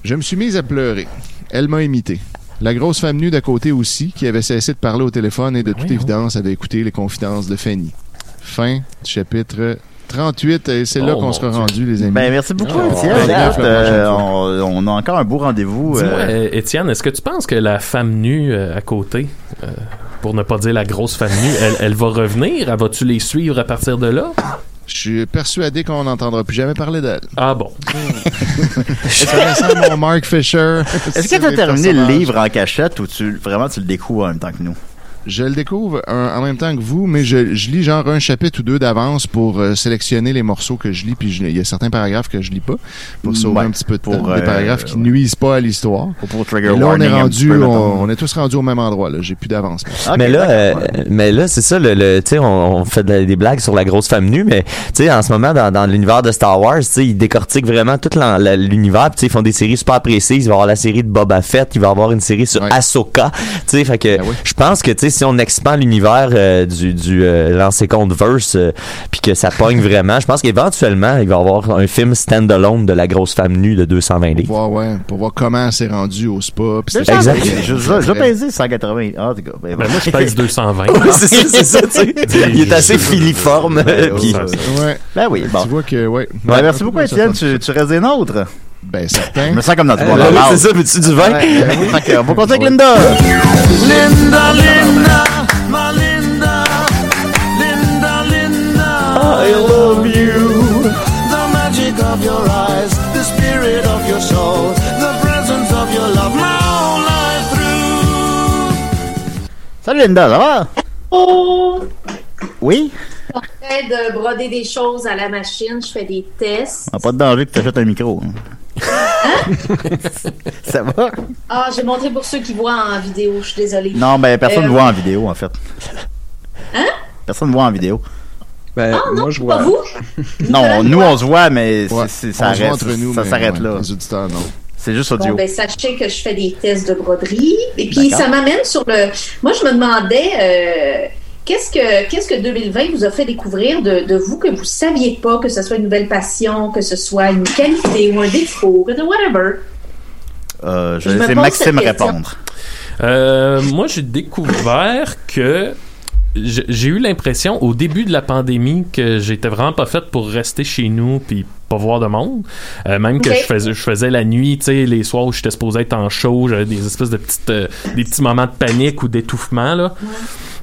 Speaker 7: Je me suis mise à pleurer. Elle m'a imité. La grosse femme nue d'à côté aussi, qui avait cessé de parler au téléphone et de toute évidence avait écouté les confidences de Fanny. Fin du chapitre 38. Et c'est là
Speaker 1: Oh,
Speaker 7: qu'on
Speaker 1: mon
Speaker 7: sera
Speaker 1: Dieu.
Speaker 7: rendu, les amis.
Speaker 3: Ben, merci beaucoup,
Speaker 1: Oh,
Speaker 3: Étienne.
Speaker 7: ben,
Speaker 3: Écoute,
Speaker 7: ben,
Speaker 3: euh,
Speaker 7: ben,
Speaker 3: on, on a encore un beau rendez-vous.
Speaker 1: Dis-moi,
Speaker 3: euh,
Speaker 1: euh, Étienne, est-ce que tu penses que la femme nue euh, à côté, euh, pour ne pas dire la grosse femme nue, elle, elle va revenir? Elle va-tu les suivre à partir de là?
Speaker 7: Je suis persuadé qu'on n'entendra plus jamais parler d'elle.
Speaker 1: Ah bon.
Speaker 7: Ça ressemble à mon Mark Fisher.
Speaker 3: Est-ce que tu as terminé le livre en cachette ou tu vraiment tu le découvres en même temps que nous?
Speaker 7: Je le découvre euh, en même temps que vous, mais je, je lis genre un chapitre ou deux d'avance pour euh, sélectionner les morceaux que je lis, puis je- il y a certains paragraphes que je lis pas, pour sauver
Speaker 3: Ouais,
Speaker 7: un petit peu de
Speaker 3: pour,
Speaker 7: temps, des
Speaker 3: euh,
Speaker 7: paragraphes qui
Speaker 3: ouais.
Speaker 7: nuisent pas à l'histoire.
Speaker 3: Ou pour
Speaker 7: Et
Speaker 3: Trigger
Speaker 7: là, on
Speaker 3: Warning,
Speaker 7: est
Speaker 3: un petit
Speaker 7: rendu,
Speaker 3: peu,
Speaker 7: on,
Speaker 3: mettons?
Speaker 7: on est tous rendus au même endroit, là. J'ai plus d'avance.
Speaker 3: Ok,
Speaker 10: mais là,
Speaker 3: d'accord,
Speaker 10: euh, mais là, c'est ça, le, le- tu sais, on, on fait de la- des blagues sur la grosse femme nue, mais tu sais, en ce moment, dans, dans l'univers de Star Wars, tu sais, ils décortiquent vraiment tout l'en- la- l'univers, puis tu sais, ils font des séries super précises. Il va y avoir la série de Boba Fett, il va y avoir une série sur
Speaker 7: Ouais.
Speaker 10: Ahsoka, tu sais, fait que
Speaker 7: Ben oui.
Speaker 10: je pense que tu sais, si on expand l'univers euh, du, du euh, lancer compte verse, euh, puis que ça pogne vraiment, je pense qu'éventuellement, il va y avoir un film stand-alone de la grosse femme nue de 220
Speaker 7: Pour
Speaker 10: livres.
Speaker 7: voir, ouais, pour voir comment c'est rendu au spa. puis c'est-
Speaker 10: Exact.
Speaker 3: Je, je, je, je vais peser 180. Ah, en tout cas, ben,
Speaker 1: Ben, moi, je pèse 220.
Speaker 10: Ouais, c'est ça, c'est ça, tu sais. Il est assez filiforme. puis-
Speaker 7: Ouais,
Speaker 3: Ben oui, bon.
Speaker 7: tu vois que, ouais.
Speaker 3: Ben, merci beaucoup, Étienne. Tu, tu restes des nôtres.
Speaker 7: Ben,
Speaker 3: Je
Speaker 7: certain.
Speaker 3: me sens comme dans le
Speaker 10: Ah
Speaker 3: monde.
Speaker 10: oui, c'est ça, veux-tu du vin?
Speaker 3: On va continuer avec Linda. Linda, Linda, ma Linda. Linda, Linda.
Speaker 10: I love you.
Speaker 2: The magic of your eyes, the spirit of your soul, the presence of your love, my whole life through.
Speaker 3: Salut Linda, ça va?
Speaker 6: Oh!
Speaker 3: Oui?
Speaker 6: train de broder des choses à la machine, je fais des tests.
Speaker 3: Ah, pas de danger que tu achètes un micro. hein. ça va?
Speaker 6: Ah, j'ai montré pour ceux qui voient en vidéo, je suis désolée.
Speaker 3: Non, ben personne ne
Speaker 6: Euh,
Speaker 3: voit en vidéo en fait. Hein? Personne ne voit en vidéo.
Speaker 8: Ben,
Speaker 6: Ah non,
Speaker 8: moi, je vois.
Speaker 6: pas vous?
Speaker 3: Non, nous on se voit, mais c'est-
Speaker 7: Ouais,
Speaker 3: c'est-
Speaker 7: on
Speaker 3: ça
Speaker 7: se voit
Speaker 3: reste-
Speaker 7: entre nous,
Speaker 3: ça
Speaker 7: mais,
Speaker 3: s'arrête
Speaker 7: ouais,
Speaker 3: là.
Speaker 7: Les auditeurs, non.
Speaker 3: C'est juste
Speaker 6: Bon,
Speaker 3: audio.
Speaker 6: ben, sachez que je fais des tests de broderie. Et puis,
Speaker 3: D'accord.
Speaker 6: ça m'amène sur le. Moi, je me demandais. euh, Qu'est-ce que, qu'est-ce que 2020 vous a fait découvrir de, de vous que vous saviez pas, que ce soit une nouvelle passion, que ce soit une qualité ou un défaut, que- whatever?
Speaker 3: Euh, je
Speaker 6: je
Speaker 3: vais
Speaker 6: me
Speaker 3: laisser
Speaker 6: pose
Speaker 3: Maxime
Speaker 6: cette question.
Speaker 3: répondre.
Speaker 1: Euh, moi, j'ai découvert que j'ai j'ai eu l'impression au début de la pandémie que j'étais vraiment pas faite pour rester chez nous puis pas voir de monde. Euh, même que
Speaker 6: Ok.
Speaker 1: je faisais, je faisais la nuit, tu sais, les soirs où j'étais supposé être en show, j'avais des espèces de petites, euh, des petits moments de panique ou d'étouffement là.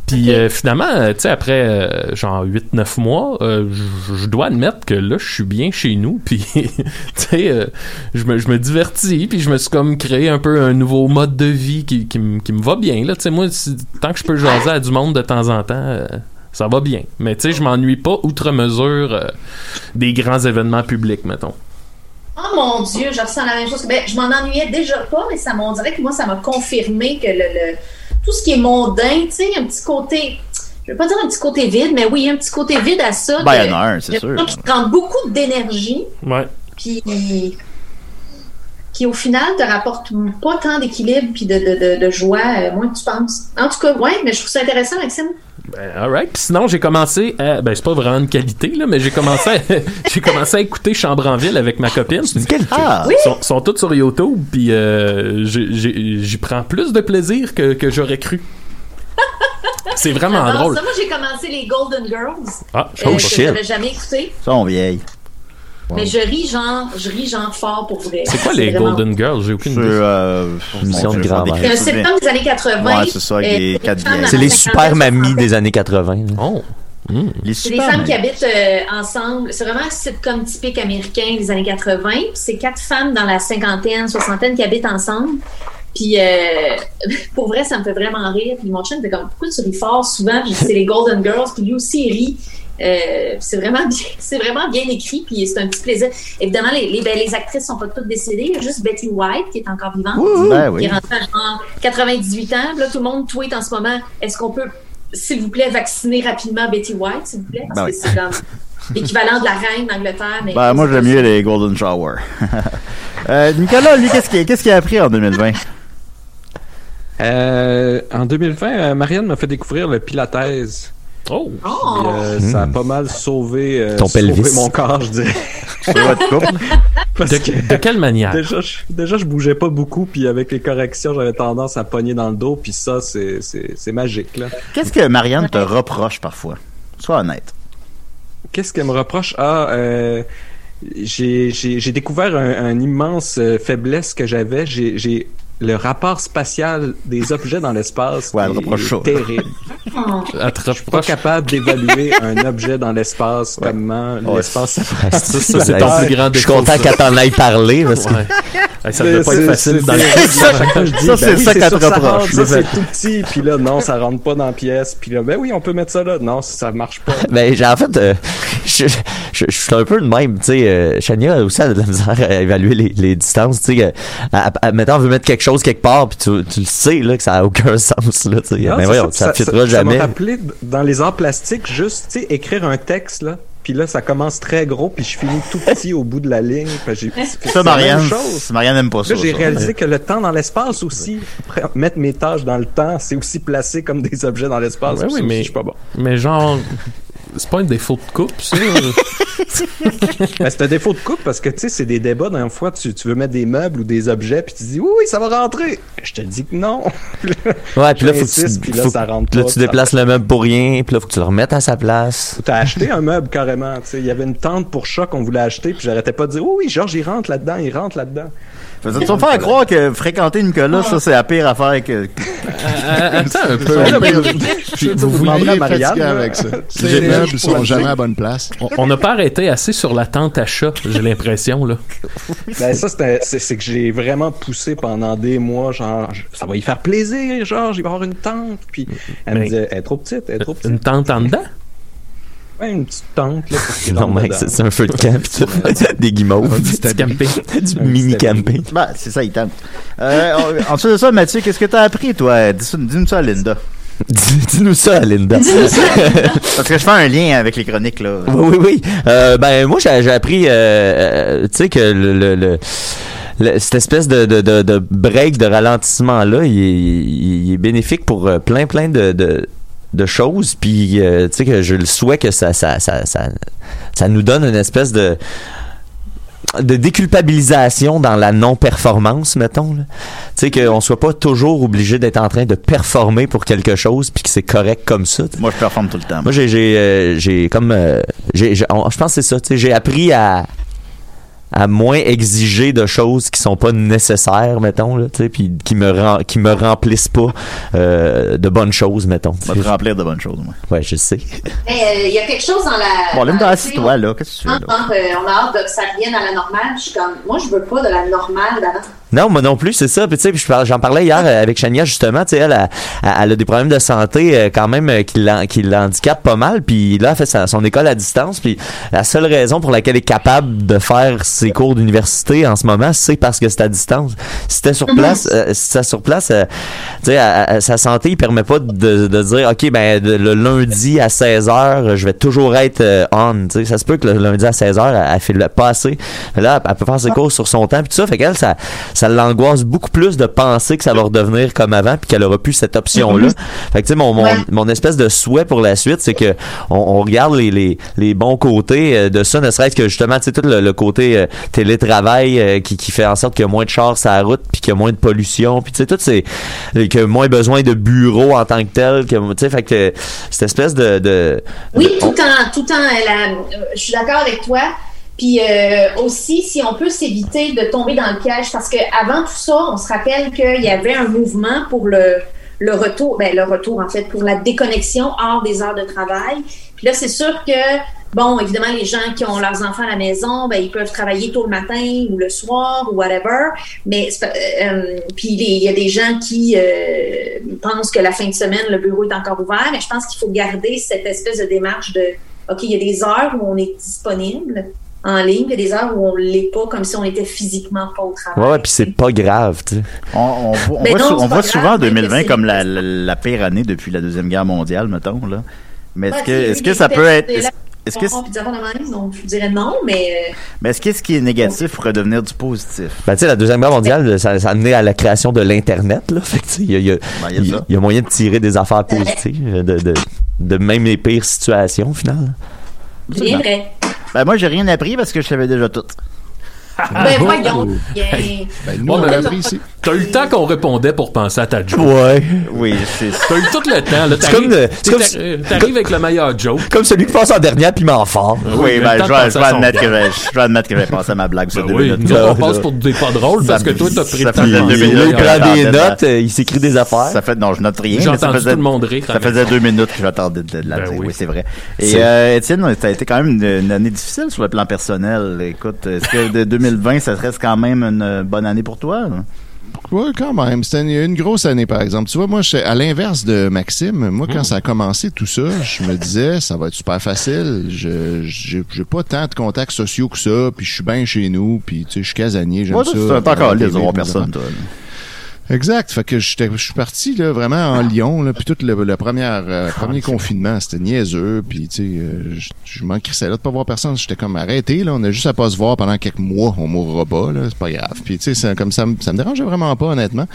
Speaker 1: Puis euh, finalement, euh, tu sais, après euh, genre 8-9 mois, euh, je- je dois admettre que là, je suis bien chez nous. Puis, tu sais, euh, je me, je me divertis, puis je me suis comme créé un peu un nouveau mode de vie qui, qui, me- qui me va bien. Là, tu sais, moi, si- tant que je peux jaser à du monde de temps en temps, euh, ça va bien. Mais tu sais, je m'ennuie pas outre mesure euh, des grands événements publics, mettons.
Speaker 6: Oh mon Dieu, je ressens la même chose. Ben, je m'en ennuyais déjà pas, mais ça m'en dirait que moi, ça m'a confirmé que le, le- tout ce qui est mondain, tu sais, un petit côté, je veux pas dire un petit côté vide, mais oui, un petit côté vide à ça.
Speaker 3: Ben,
Speaker 6: de-
Speaker 3: il y en a un, c'est
Speaker 6: de-
Speaker 3: sûr.
Speaker 6: qui prend beaucoup d'énergie,
Speaker 1: Ouais.
Speaker 6: puis qui au final te rapporte pas tant d'équilibre puis de, de- de- de joie, euh, moins que tu penses. En tout cas, ouais, mais je trouve ça intéressant, Maxime.
Speaker 1: Ben, alright. Puis sinon, j'ai commencé à. Ben, c'est pas vraiment une qualité, là, mais j'ai commencé à... j'ai commencé à écouter Chambre en ville avec ma copine.
Speaker 3: Ah!
Speaker 1: Ils sont, sont tous sur YouTube, puis euh, j'ai- j'ai- j'y prends plus de plaisir que, que j'aurais cru. C'est vraiment
Speaker 6: Avant
Speaker 1: Ah, drôle.
Speaker 6: ça, moi j'ai commencé les Golden Girls.
Speaker 1: Ah, je
Speaker 3: Oh,
Speaker 6: euh,
Speaker 1: trouve
Speaker 6: que
Speaker 1: pas.
Speaker 10: shit.
Speaker 6: j'avais jamais écouté.
Speaker 3: Ça, on vieille.
Speaker 6: Mais je ris genre, je ris genre fort pour vrai.
Speaker 1: C'est quoi les
Speaker 6: vraiment-
Speaker 1: Golden Girls? J'ai aucune
Speaker 3: C'est
Speaker 1: idée.
Speaker 3: euh,
Speaker 10: Mission
Speaker 3: mon
Speaker 10: de
Speaker 3: Dieu,
Speaker 10: grand-mère.
Speaker 3: des
Speaker 6: C'est un
Speaker 3: crises
Speaker 6: sitcom des années 80.
Speaker 3: Ouais, c'est ça, avec
Speaker 6: Euh,
Speaker 3: les
Speaker 6: des
Speaker 3: quatre
Speaker 6: femmes
Speaker 3: vieilles.
Speaker 6: dans
Speaker 10: C'est
Speaker 6: la
Speaker 10: les
Speaker 6: cinquantaine,
Speaker 10: super mamies
Speaker 6: soixantaine.
Speaker 10: des années 80. là. Hmm.
Speaker 1: Oh.
Speaker 3: Les
Speaker 6: C'est des
Speaker 3: super.
Speaker 6: femmes qui habitent euh, ensemble. C'est vraiment un sitcom typique américain des années 80. Puis C'est quatre femmes dans la cinquantaine, soixantaine qui habitent ensemble. Puis euh, pour vrai, ça me fait vraiment rire. Puis mon chum fait comme pourquoi tu ris fort souvent. Puis c'est les Golden Girls. Puis lui aussi il rit. Euh, puis c'est vraiment bien, c'est vraiment bien écrit. Puis c'est un petit plaisir. Évidemment, les, les, ben, les actrices sont pas toutes décédées. Il y a juste Betty White qui est encore vivante.
Speaker 3: Ben
Speaker 6: Il
Speaker 3: oui.
Speaker 6: est rentré à genre 98 ans. Puis Là, tout le monde tweet en ce moment est-ce qu'on peut, s'il vous plaît, vacciner rapidement Betty White, s'il vous plaît Parce
Speaker 3: Ben oui.
Speaker 6: que c'est comme l'équivalent de la reine d'Angleterre. Mais
Speaker 3: Ben, moi, j'aime mieux les Golden Shower. Euh, Nicolas, lui, qu'est-ce qu'il qu'est-ce qu'il a appris en 2020?
Speaker 8: Euh, en 2020, euh, Marianne m'a fait découvrir le pilates.
Speaker 1: Oh.
Speaker 6: Oh!
Speaker 8: Puis, euh, Ça a pas mal sauvé, euh,
Speaker 10: Hmm. Ton
Speaker 8: sauvé
Speaker 10: pelvis.
Speaker 8: mon corps, je dirais.
Speaker 3: Sur votre couple?
Speaker 8: Parce
Speaker 1: De,
Speaker 8: que
Speaker 1: de quelle manière?
Speaker 8: déjà je, déjà, je bougeais pas beaucoup, puis avec les corrections, j'avais tendance à pogner dans le dos, puis ça, c'est- c'est c'est magique. là.
Speaker 3: Qu'est-ce que Marianne te reproche parfois? Sois honnête.
Speaker 8: Qu'est-ce qu'elle me reproche Ah, euh, j'ai j'ai- j'ai découvert un, un immense euh, faiblesse que j'avais. J'ai j'ai- le rapport spatial des objets dans l'espace
Speaker 3: Ouais, elle
Speaker 8: est-
Speaker 3: reproche ça.
Speaker 8: est terrible.
Speaker 1: Elle te
Speaker 8: pas
Speaker 1: reproche-
Speaker 8: capable d'évaluer un objet dans l'espace, comment
Speaker 3: Ouais.
Speaker 8: l'espace
Speaker 10: Ah,
Speaker 1: Ça, ça, c'est ton
Speaker 10: Ouais.
Speaker 1: plus grand
Speaker 10: Je suis
Speaker 1: défaut,
Speaker 10: content
Speaker 1: ça.
Speaker 10: qu'elle t'en aille parler parce que
Speaker 1: Ouais. Hey, ça devait pas
Speaker 8: C'est-
Speaker 1: être facile
Speaker 8: c'est-
Speaker 1: dans le
Speaker 8: c'est- c'est- chaque fois, je dis,
Speaker 3: Ça,
Speaker 8: ben
Speaker 3: c'est
Speaker 8: oui,
Speaker 3: ça qu'elle
Speaker 8: sûr,
Speaker 3: te reproche.
Speaker 8: rentre, Ça, c'est tout petit. Puis là, non, ça rentre pas dans la pièce. Puis là, ben oui, on peut mettre ça là. Non, ça marche pas.
Speaker 10: Ben, j'ai- en fait, euh, je, je, je suis un peu de même, tu sais. Euh, Chania aussi elle a de la misère à évaluer les, les distances, tu sais. que, à- à- Mettons, on veut mettre quelque chose quelque part, puis tu, tu le sais, là, que ça a aucun sens, là, tu sais.
Speaker 8: Non,
Speaker 10: Mais
Speaker 8: c'est
Speaker 10: voyons, ça, ne
Speaker 8: ça
Speaker 10: fitera
Speaker 8: m'a
Speaker 10: jamais.
Speaker 8: rappelé d- dans les arts plastiques, juste, tu sais, écrire un texte, là. Puis là, ça commence très gros, puis je finis tout petit au bout de la ligne. Puis j'ai- c'est
Speaker 3: Ça,
Speaker 8: la même
Speaker 3: Marianne,
Speaker 8: chose.
Speaker 3: Marianne n'aime pas ça.
Speaker 8: Là, j'ai
Speaker 3: ça.
Speaker 8: réalisé que le temps dans l'espace aussi, pr- mettre mes tâches dans le temps, c'est aussi placé comme des objets dans l'espace.
Speaker 1: Ouais,
Speaker 8: puis
Speaker 1: oui,
Speaker 8: ça aussi,
Speaker 1: mais-
Speaker 8: je suis pas bon.
Speaker 1: Mais genre, c'est pas un défaut de coupe, ça.
Speaker 8: Ben, c'est un défaut de coupe parce que tu sais, c'est des débats. Dans fois, tu, tu veux mettre des meubles ou des objets, puis tu dis oui, oui, ça va rentrer. Je te dis que non.
Speaker 10: Ouais, Ah, puis là, faut
Speaker 8: j'insiste,
Speaker 10: que tu,
Speaker 8: puis là,
Speaker 10: faut
Speaker 8: ça
Speaker 10: que-
Speaker 8: rentre
Speaker 10: là,
Speaker 8: pas,
Speaker 10: tu
Speaker 8: ça
Speaker 10: déplaces le meuble pour rien, puis là, faut que tu le remettes à sa place.
Speaker 8: T'as acheté un meuble carrément. tu sais. Il y avait une tente pour chat qu'on voulait acheter, puis j'arrêtais pas de dire oui, oui, Georges, il rentre là-dedans, il rentre là-dedans.
Speaker 3: Fait que Tu vas me faire croire que fréquenter Nicolas, ça, c'est la pire affaire que.
Speaker 1: Euh, Attends un peu.
Speaker 8: Ouais, là, mais-
Speaker 1: Puis
Speaker 8: vous
Speaker 7: Vous
Speaker 8: demanderez à
Speaker 7: m'avez
Speaker 8: Marianne,
Speaker 7: fatigué
Speaker 8: là.
Speaker 7: avec ça.
Speaker 8: J'ai-
Speaker 7: Ces meubles
Speaker 8: j'ai-
Speaker 7: sont jamais à la bonne place.
Speaker 1: on- On n'a pas arrêté assez sur la tente à chat, j'ai l'impression, là.
Speaker 8: Ben, ça, c'est un- c'est c'est que j'ai vraiment poussé pendant des mois, genre, je- ça va y faire plaisir, Georges, il va avoir une tente. Puis elle
Speaker 1: Mais-
Speaker 8: me disait, elle est trop petite, elle est trop petite.
Speaker 1: Une tente en dedans?
Speaker 8: Ouais, une petite tente, là. pour qu'il
Speaker 10: Non,
Speaker 8: rentre
Speaker 10: mec,
Speaker 8: dedans.
Speaker 10: c'est c'est un feu de camp, pis tout. des guimauves,
Speaker 1: Petit camping.
Speaker 10: du
Speaker 8: Un petit
Speaker 10: mini-camping.
Speaker 3: Ben, c'est ça, il tente. Euh, en- ensuite de ça, Mathieu, qu'est-ce que t'as appris, toi? Dis- Dis-nous ça à Linda.
Speaker 10: Dis- Dis-nous ça, Linda.
Speaker 3: Parce que je fais un lien avec les chroniques, là.
Speaker 10: Oui, oui, oui. Euh, ben, moi, j'ai j'ai appris, euh, euh, tu sais, que le, le- le- le- cette espèce de, de, de, de break, de ralentissement-là, il, est- il- il est bénéfique pour euh, plein, plein de, de, de choses. Puis, euh, tu sais, que je le souhaite que ça, ça, ça, ça, ça nous donne une espèce de de déculpabilisation dans la non-performance, mettons. là. Tu sais, qu'on soit pas toujours obligé d'être en train de performer pour quelque chose, puis que c'est correct comme ça. tu sais.
Speaker 3: Moi, je performe tout le temps.
Speaker 10: Moi, j'ai, j'ai, euh, j'ai comme, euh, j'ai, j'ai- on- je pense que c'est ça. tu sais, j'ai appris à à moins exiger de choses qui sont pas nécessaires, mettons, là, tu sais, puis qui me rem- qui me remplissent pas euh, de bonnes choses, mettons. tu
Speaker 3: Je
Speaker 10: sais.
Speaker 3: vais te remplir de bonnes choses, moi.
Speaker 10: Ouais, je sais.
Speaker 6: Mais euh, il y a quelque chose dans la.
Speaker 3: Bon, Linda,
Speaker 6: dans-
Speaker 3: assis-toi, là. Qu'est-ce que tu fais,
Speaker 6: Hein,
Speaker 3: là?
Speaker 6: hein, euh, on a hâte que ça revienne à la normale. Je suis comme, moi, je veux pas de la normale d'avant.
Speaker 10: Non, moi non plus, c'est ça. Puis tu sais, puis je par- j'en parlais hier euh, avec Chania justement, tu sais, elle, a- a- elle a des problèmes de santé euh, quand même euh, qui l'en- qui l'handicapent pas mal. Puis là, elle fait sa- son école à distance. Puis la seule raison pour laquelle elle est capable de faire ses cours d'université en ce moment, c'est parce que c'est à distance. Si c'était sur place, euh, si c'était sur place, euh, tu sais, à- à- sa santé il permet pas de, de dire, ok, ben de- le lundi à 16 h je vais toujours être euh, on. Tu sais, ça se peut que le lundi à 16 h elle, elle fait le passé. Là, elle peut faire
Speaker 6: Ah.
Speaker 10: ses courses sur son temps puis tout ça. Fait qu'elle, ça, ça l'angoisse beaucoup plus de penser que ça va redevenir comme avant puis qu'elle aura plus cette option là. Fait que tu sais, mon, mon,
Speaker 6: Mhm. Ouais.
Speaker 10: mon espèce de souhait pour la suite, c'est que on, on regarde les, les, les bons côtés euh, de ça, ne serait-ce que justement, tu sais, tout le, le côté euh, télétravail euh, qui, qui fait en sorte qu'il y a moins de chars sur la route, puis qu'il y a moins de pollution, puis tu sais, tout c'est euh, qu'il y a moins besoin de bureaux en tant que tel, que, tu sais, fait que euh, cette espèce de, de
Speaker 6: Oui,
Speaker 10: de-
Speaker 6: tout en, tout en, la- euh, je suis d'accord avec toi. Puis euh, aussi, si on peut s'éviter de tomber dans le piège, parce que avant tout ça, on se rappelle qu'il y avait un mouvement pour le, le retour, ben, le retour en fait, pour la déconnexion hors des heures de travail. Puis là, c'est sûr que, bon, évidemment, les gens qui ont leurs enfants à la maison, ben, ils peuvent travailler tôt le matin ou le soir ou whatever. Mais c'est pas- euh, euh, puis les- il y a des gens qui euh, pensent que la fin de semaine le bureau est encore ouvert, mais je pense qu'il faut garder cette espèce de démarche de ok il y a des heures où on est disponible en ligne, il y a des heures où on l'est pas comme si on était physiquement pas au travail.
Speaker 10: Ouais, ouais, puis c'est pas grave, tu sais.
Speaker 3: On, on voit- on
Speaker 6: Mais
Speaker 3: voit,
Speaker 6: non,
Speaker 3: sou-
Speaker 6: c'est
Speaker 3: on
Speaker 6: pas
Speaker 3: voit
Speaker 6: grave,
Speaker 3: souvent
Speaker 6: mais que
Speaker 3: 2020
Speaker 6: c'est-
Speaker 3: comme la, la, la pire année depuis la Deuxième Guerre mondiale, mettons. Là. Mais est-ce
Speaker 6: Ouais,
Speaker 3: que,
Speaker 6: j'ai
Speaker 3: est-ce
Speaker 6: eu
Speaker 3: que
Speaker 6: des
Speaker 3: ça peut
Speaker 6: textes
Speaker 3: être.
Speaker 6: de
Speaker 3: Est-ce,
Speaker 6: la-
Speaker 3: est-ce que,
Speaker 6: On peut dire, non, non, je dirais non, mais euh,
Speaker 3: mais est-ce que ce qui est négatif pourrait devenir du positif?
Speaker 10: Ben, tu sais, la Deuxième Guerre mondiale, ça, ça a amené à la création de l'Internet, là. Fait que, tu sais, il y a, il y a-
Speaker 3: Ben, il y a
Speaker 10: il
Speaker 3: ça.
Speaker 10: il y a moyen de tirer des affaires
Speaker 6: Euh,
Speaker 10: positives, euh, de, de, de même les pires situations, au final.
Speaker 6: bien vrai.
Speaker 3: Ben, moi, j'ai rien appris parce que je savais déjà tout.
Speaker 1: Ah,
Speaker 10: Ah,
Speaker 6: Ben
Speaker 10: oh,
Speaker 6: voyons.
Speaker 1: oh.
Speaker 6: bien.
Speaker 7: Ben, nous,
Speaker 1: Ouais,
Speaker 7: on
Speaker 1: mais-
Speaker 7: l'a appris ici.
Speaker 1: T'as eu le temps qu'on répondait pour penser à ta joke.
Speaker 10: Ouais.
Speaker 3: Oui, c'est ça.
Speaker 1: T'as eu tout le temps. là. T'arrives
Speaker 10: comme le- c'est
Speaker 1: t'sais,
Speaker 10: comme-
Speaker 1: t'arri- t'arrives avec le meilleur joke. Ah
Speaker 10: Comme celui qui passe en dernier piment fort.
Speaker 3: Oui,
Speaker 1: le
Speaker 3: ben,
Speaker 1: temps
Speaker 3: je
Speaker 1: de
Speaker 3: vais
Speaker 1: penser
Speaker 3: je vais
Speaker 1: à son
Speaker 3: admettre que
Speaker 1: gars.
Speaker 3: j'ai- je vais admettre que j'ai pensé à ma blague sur
Speaker 1: Ben
Speaker 3: deux
Speaker 1: oui,
Speaker 3: minutes.
Speaker 1: nous autres, on
Speaker 10: là.
Speaker 1: passe pour des pas drôles parce
Speaker 3: Ça-
Speaker 1: que toi, t'as pris
Speaker 3: ça
Speaker 1: le temps
Speaker 3: fait
Speaker 1: de
Speaker 10: Il,
Speaker 3: deux
Speaker 1: penser.
Speaker 10: il,
Speaker 3: minutes.
Speaker 10: là, il
Speaker 3: minutes.
Speaker 10: prend des
Speaker 3: Attends,
Speaker 10: notes, euh, il s'écrit des affaires.
Speaker 3: Ça fait, non, je note rien.
Speaker 1: J'ai
Speaker 3: mais ça
Speaker 1: entendu
Speaker 3: faisait-
Speaker 1: tout le monde rire.
Speaker 3: Ça faisait deux minutes que j'attendais de de la
Speaker 1: Ben
Speaker 3: dire.
Speaker 1: oui.
Speaker 3: Oui, c'est vrai.
Speaker 10: C'est-
Speaker 3: Et euh, Étienne, ça a été quand même une, une année difficile sur le plan personnel. Écoute, est-ce que de 2020, ça reste quand même une bonne année pour toi?
Speaker 7: Oui, quand même. C'était une, une grosse année, par exemple. Tu vois, moi, je, à l'inverse de Maxime, moi,
Speaker 3: Hmm.
Speaker 7: quand ça a commencé tout ça, je me disais, ça va être super facile. Je j'ai j'ai pas tant de contacts sociaux que ça, puis je suis bien chez nous, puis tu sais, je suis casanier, j'aime
Speaker 3: Moi,
Speaker 7: ça.
Speaker 3: c'est encore
Speaker 7: Regarder
Speaker 3: les voir
Speaker 7: mes
Speaker 3: personne, toi.
Speaker 7: Exact. Fait que j'étais- je suis parti là, vraiment en Lyon, là, puis tout le, le première, euh, premier confinement, c'était niaiseux, puis tu sais, euh, je- je m'en crissais là de pas voir personne. J'étais comme arrêté, là, on a juste à pas se voir pendant quelques mois, on mourra pas, là, c'est pas grave. Puis tu sais, c'est comme ça, me- ça me dérangeait vraiment pas, honnêtement.